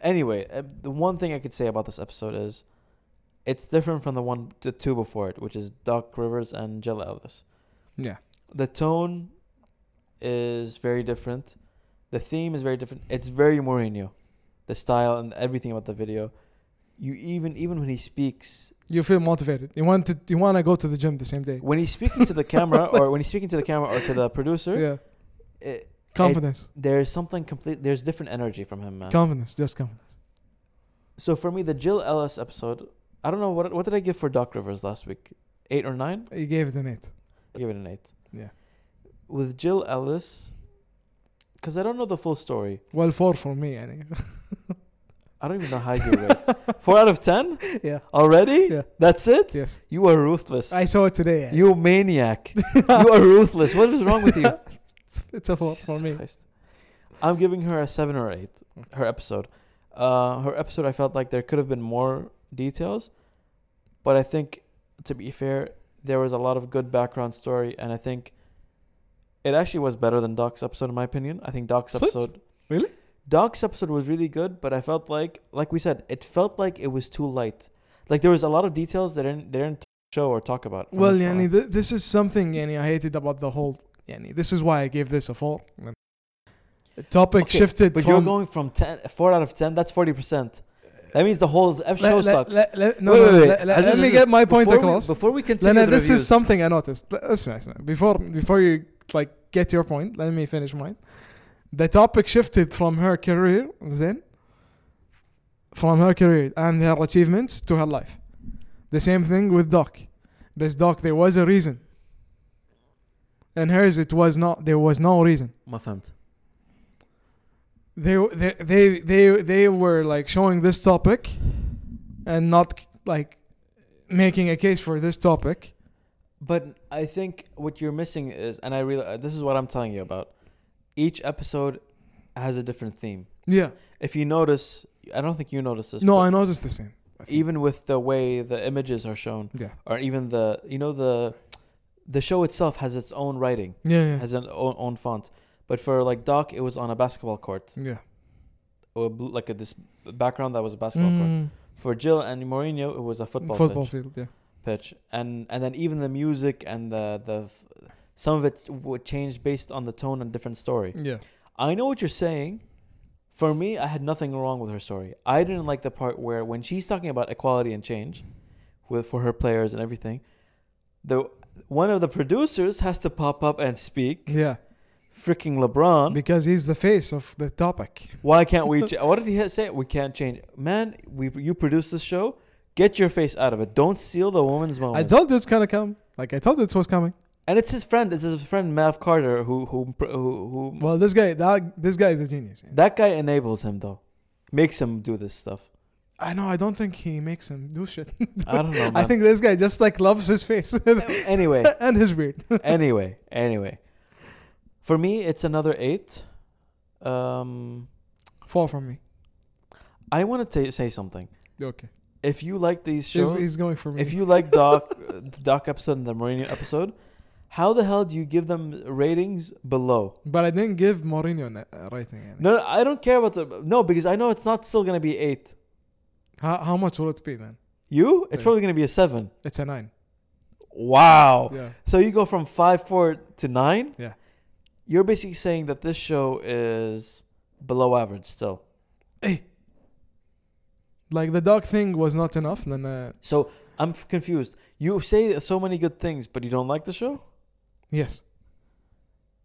Anyway, uh, the one thing I could say about this episode is, it's different from the one, the two before it, which is Doc Rivers and Jella Ellis.
Yeah.
the tone is very different. The theme is very different. It's very Mourinho, the style and everything about the video. You even even when he speaks,
You feel motivated. You want to. You want to go to the gym the same day.
when he's speaking
*laughs*
to the camera or when he's speaking to the camera or to the producer,
Yeah.
it,
Confidence.
there's something complete. There's different energy from him, man.
confidence. Just confidence.
so for me, the Jill Ellis episode, I don't know what what did I give for Doc Rivers last week, eight or nine?
You gave it an eight.
I give it an eight.
Yeah.
With Jill Ellis, because I don't know the full story.
Well, four for me. Anyway.
I don't even know how you rate. Four out of ten.
*laughs* yeah.
Already?
Yeah.
That's it?
Yes.
You are ruthless.
I saw it today. yeah. *laughs*
you maniac. you are ruthless. What is wrong with you?
It's, it's *laughs* a four for
Jesus
me.
Christ. I'm giving her a 7 or 8, her episode. Uh, her episode, I felt like there could have been more details, but I think, to be fair, there was a lot of good background story, and I think it actually was better than Doc's episode, in my opinion. I think Doc's
Slips?
episode.
Really?
Doc's episode was really good, but I felt like, like we said, it felt like it was too light. Like there was a lot of details that didn't, they didn't show or talk about. from
Well,
this far.
yani, th- this is something yani I hated about the whole yani. This is why I gave this a four. The topic
Okay,
shifted
But
from.
you're going from 10, 4 out of 10, that's 40%. That means the whole ep-
Let-
show
let-
sucks.
let- let- no,
Wait,
no,
wait,
no,
wait.
let- let-
As-
let
as-
me
as-
get my point
before
across.
We, before we continue
Lena,
the
this
reviews,
is something I noticed. L- Listen, listen. Before, before you like get your point, let me finish mine. The topic shifted from her career, then, from her career and her achievements to her life. The same thing with Doc. But Doc, there was a reason. In hers, it was not. There was no reason.
ما فهمت.
They they they they, they were like showing this topic, and not like making a case for this topic.
But I think what you're missing is, and I realize this is what I'm telling you about. Each episode has a different theme.
Yeah.
If you notice, I don't think you notice this.
No,
but
I noticed the same.
Even with the way the images are shown,
Yeah.
or even the you know the the show itself has its own writing,
Yeah,
has an own, own font. But for like Doc, it was on a basketball court,
yeah.
or bl- like a, this background that was a
yeah.
basketball court.
Mm,
For Jill and Mourinho, it was a football,
football
pitch.
field, yeah.
pitch and and then even the music and the the f- some of it would change based on the tone and different story
Yeah.
i know what you're saying for me i had nothing wrong with her story i didn't like the part where when she's talking about equality and change with for her players and everything the one of the producers has to pop up and speak
Yeah.
freaking lebron
Because he's the face of the topic.
why can't we ch- what did he ha- say we can't change man we you produce this show get your face out of it don't steal the woman's moment
I told you it's gonna come. Like I told you it was coming.
And it's his friend. It's his friend Mav Carter who who who, who
Well this guy that this guy is a genius.
that guy enables him though, makes him do this stuff.
I know I don't think he makes him do shit. *laughs*
I don't know. Man.
I think this guy just like loves his face *laughs*
anyway,
and his beard.
anyway, anyway. For me, it's another eight. Um,
Far from me.
I want to say something.
Okay.
If you like these
He's,
shows,
he's going for me.
if you like
*laughs*
Doc, the Doc episode and the Mourinho episode, how the hell do you give them ratings below?
but I didn't give Mourinho a uh, rating. يعني.
No, I don't care about the no because I know it's not still gonna be eight.
How, how much will it be then?
You, it's
Yeah.
probably gonna be a seven.
It's a nine.
Wow.
Yeah.
So you go from five four to nine.
Yeah.
You're basically saying that this show is below average still.
Hey. Like the dog thing was not enough. Then uh,
So I'm f- confused. You say so many good things, but you don't like the show.
yes.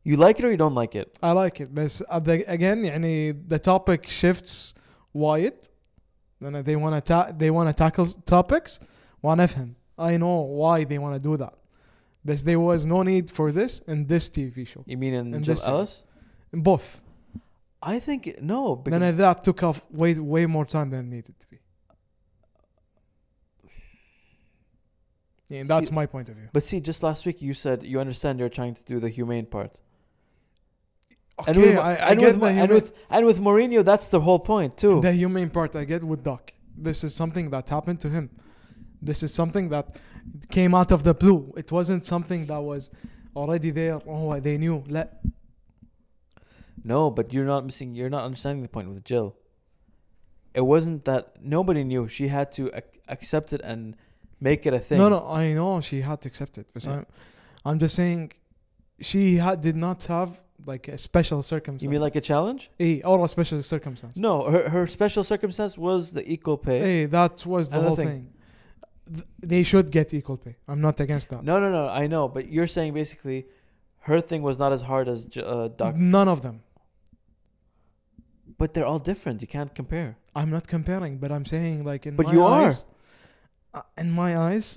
You like it or you don't like it.
I like it بس at the, again يعني the topic shifts وايد لأن they wanna ta- they wanna tackle topics وأنا أفهم I know why they wanna do that بس there was no need for this in this TV show
You mean in
In
Jill
this series.
Ellis?
in both
I think no. Because
لأن that took off way way more time than needed to be yeah, that's
See-
my point of view
but see, just last week you said you understand you're trying to do the humane part.
okay
and with,
I, I
and
get
with,
the
and
human-
with and with Mourinho, that's the whole point too.
The humane part I get with Doc. This is something that happened to him. This is something that came out of the blue. It wasn't something that was already there. Oh, they knew. لا.
No, but you're not missing. You're not understanding the point with Jill. It wasn't that nobody knew. She had to ac- accept it and make it a thing.
No, no, I know she had to accept it. But
Yeah.
I'm, I'm just saying, she had, did not have like a special circumstance.
You mean like a challenge?
Eh, or a special circumstance.
No, her her special circumstance was the equal pay.
Eh, that was the
Another
whole
thing.
thing. Th- They should get equal pay. I'm not against that.
No, no, no. I know, but you're saying basically, her thing was not as hard as J- uh, Doc.
None of them.
But they're all different. You can't compare.
I'm not comparing, but I'm saying like in
But
my
you are.
eyes, uh, in my eyes,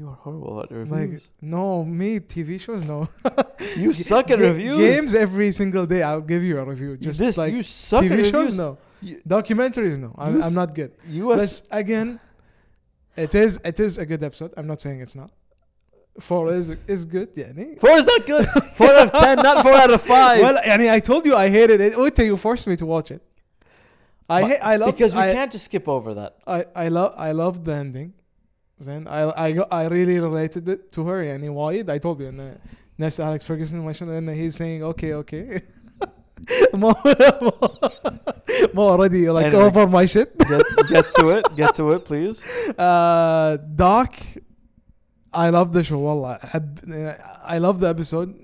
You are horrible at
like
reviews.
no me TV shows no.
*laughs* you suck at
Ga-
reviews.
Games every single day. I'll give you a review.
You-
Just
this
like
you suck at
TV shows
reviews.
no,
You-
documentaries no.
You
I'm,
s-
I'm not good.
You are
But again, it is it is a good episode. I'm not saying it's not. Four is is good. يعني
four is not good. *laughs* four out of ten, not four
*laughs*
out of five.
Well, يعني I told you I hated it. Wait till you forced me to watch it. I
But-
ha- I love
because we
I,
can't just skip over that.
I I love I loved the ending. Then I I I really related it to her. يعني وايد I told you and نفس Alex Ferguson mentioned and he's saying okay okay. *laughs* more, more, more already like
Anyway.
over my shit.
get, get to it. Get to it, please.
Uh, Doc, I love the show. والله أحب- uh, I love the episode.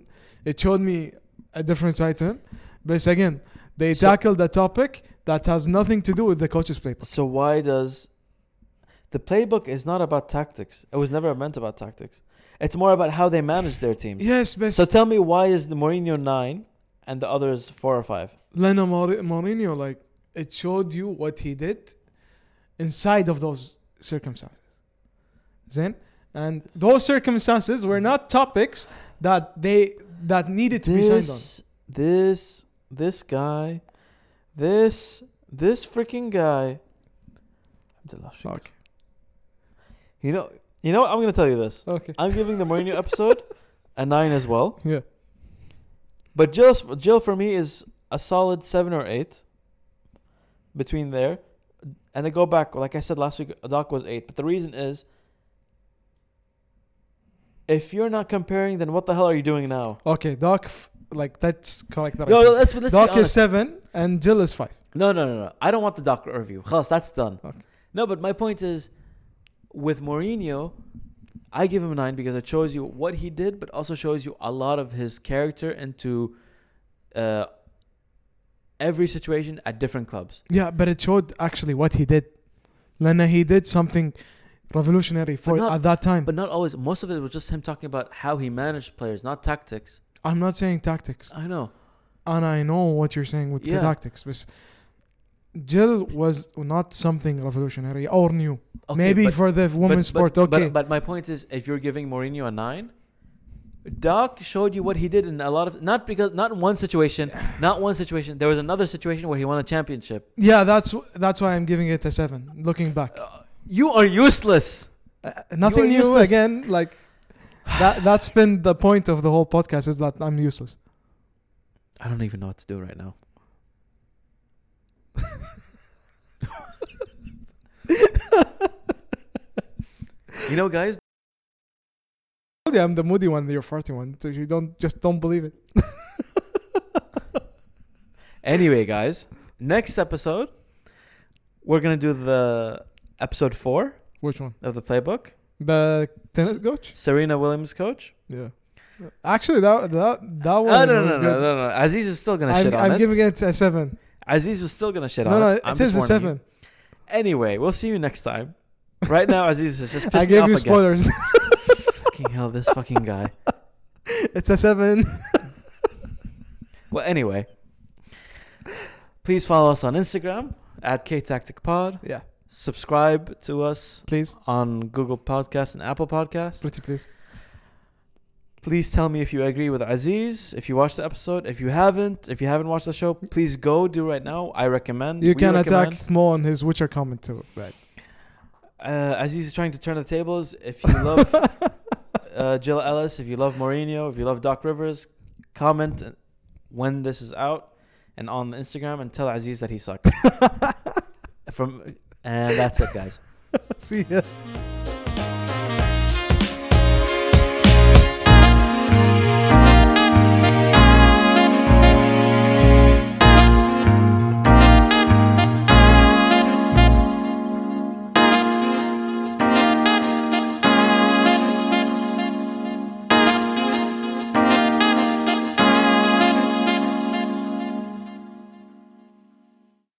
It showed me a different side to him. But again, they
So-
tackled a topic that has nothing to do with the coach's playbook.
So why does the playbook is not about tactics? It was never meant about tactics. It's more about how they manage their teams.
Yes, but
So tell me, why is the Mourinho nine and the other is four or five?
Lena Maur- Mourinho, like it showed you what he did inside of those circumstances. Then, and those circumstances were not topics that they that needed to be signed on.
This, this, this guy, this, this freaking guy. Abdullah Shakur.
Okay.
You know, you know. What? I'm gonna tell you this.
Okay.
I'm giving the Mourinho episode a nine as well.
Yeah.
But Jill, Jill for me is a solid seven or eight. Between there, and I go back. Like I said last week, Doc was eight. But the reason is, if you're not comparing, then what the hell are you doing now?
Okay. Doc, f- like that's correct. That I
No,
think.
no let's let's
Doc
be
is
honest.
seven and Jill is five.
no, no, no, no. I don't want the Doc review. Khlas, that's done.
Okay.
No, but my point is, with Mourinho, I give him a nine because it shows you what he did, but also shows you a lot of his character into uh, every situation at different clubs.
Yeah, but it showed actually what he did. Lena, he did something revolutionary for
not-
at that time.
But not always. Most of it was just him talking about how he managed players, not tactics.
I'm not saying tactics.
I know.
and I know what you're saying with
Yeah.
the tactics, but Jill was not something revolutionary or new.
Okay,
Maybe
but-
for the women's
but-
sport,
but-
okay.
But, but my point is, if you're giving Mourinho a nine, Doc showed you what he did in a lot of not because not in one situation, not one situation. There was another situation where he won a championship.
yeah, that's wh- that's why I'm giving it a seven. Looking back,
You are useless.
Uh, nothing
are
new
useless.
again. Like that. That's been the point of the whole podcast is that I'm useless.
I don't even know what to do right now. *laughs* you know, guys,
Told you I'm the moody one, you're farty one. So you don't just don't believe it.
Anyway, guys, next episode, we're going to do the episode four
Which one?
of the playbook.
The tennis coach?
Serena Williams, coach.
Yeah. Actually, that that that one
Oh, no, no, no,
was
no,
good.
no, no. Aziz is still going to shit
I'm,
on
I'm
it.
giving it a seven.
Aziz was still going to shit
No,
on
no,
it. I'm
it
just
is a
warning
seven.
you. Anyway, we'll see you next
*laughs*
time. Right now, Aziz has just pissed
I gave
me
you
off again.
spoilers. *laughs*
Fucking hell, this fucking guy.
it's a seven.
Well, anyway, please follow us on Instagram at KTacticPod.
Yeah.
Subscribe to us
Please.
on Google Podcast and Apple Podcast.
Pretty please.
Please tell me if you agree with Aziz, if you watched the episode. If you haven't, if you haven't watched the show, please go do right now. I recommend.
You
we
can
recommend.
attack Mo on his Witcher comment too.
*laughs*
Right.
Uh, Aziz is trying to turn the tables. If you love uh, Jill Ellis, if you love Mourinho, if you love Doc Rivers, comment when this is out and on Instagram and tell Aziz that he sucks. From and that's it, guys.
See ya.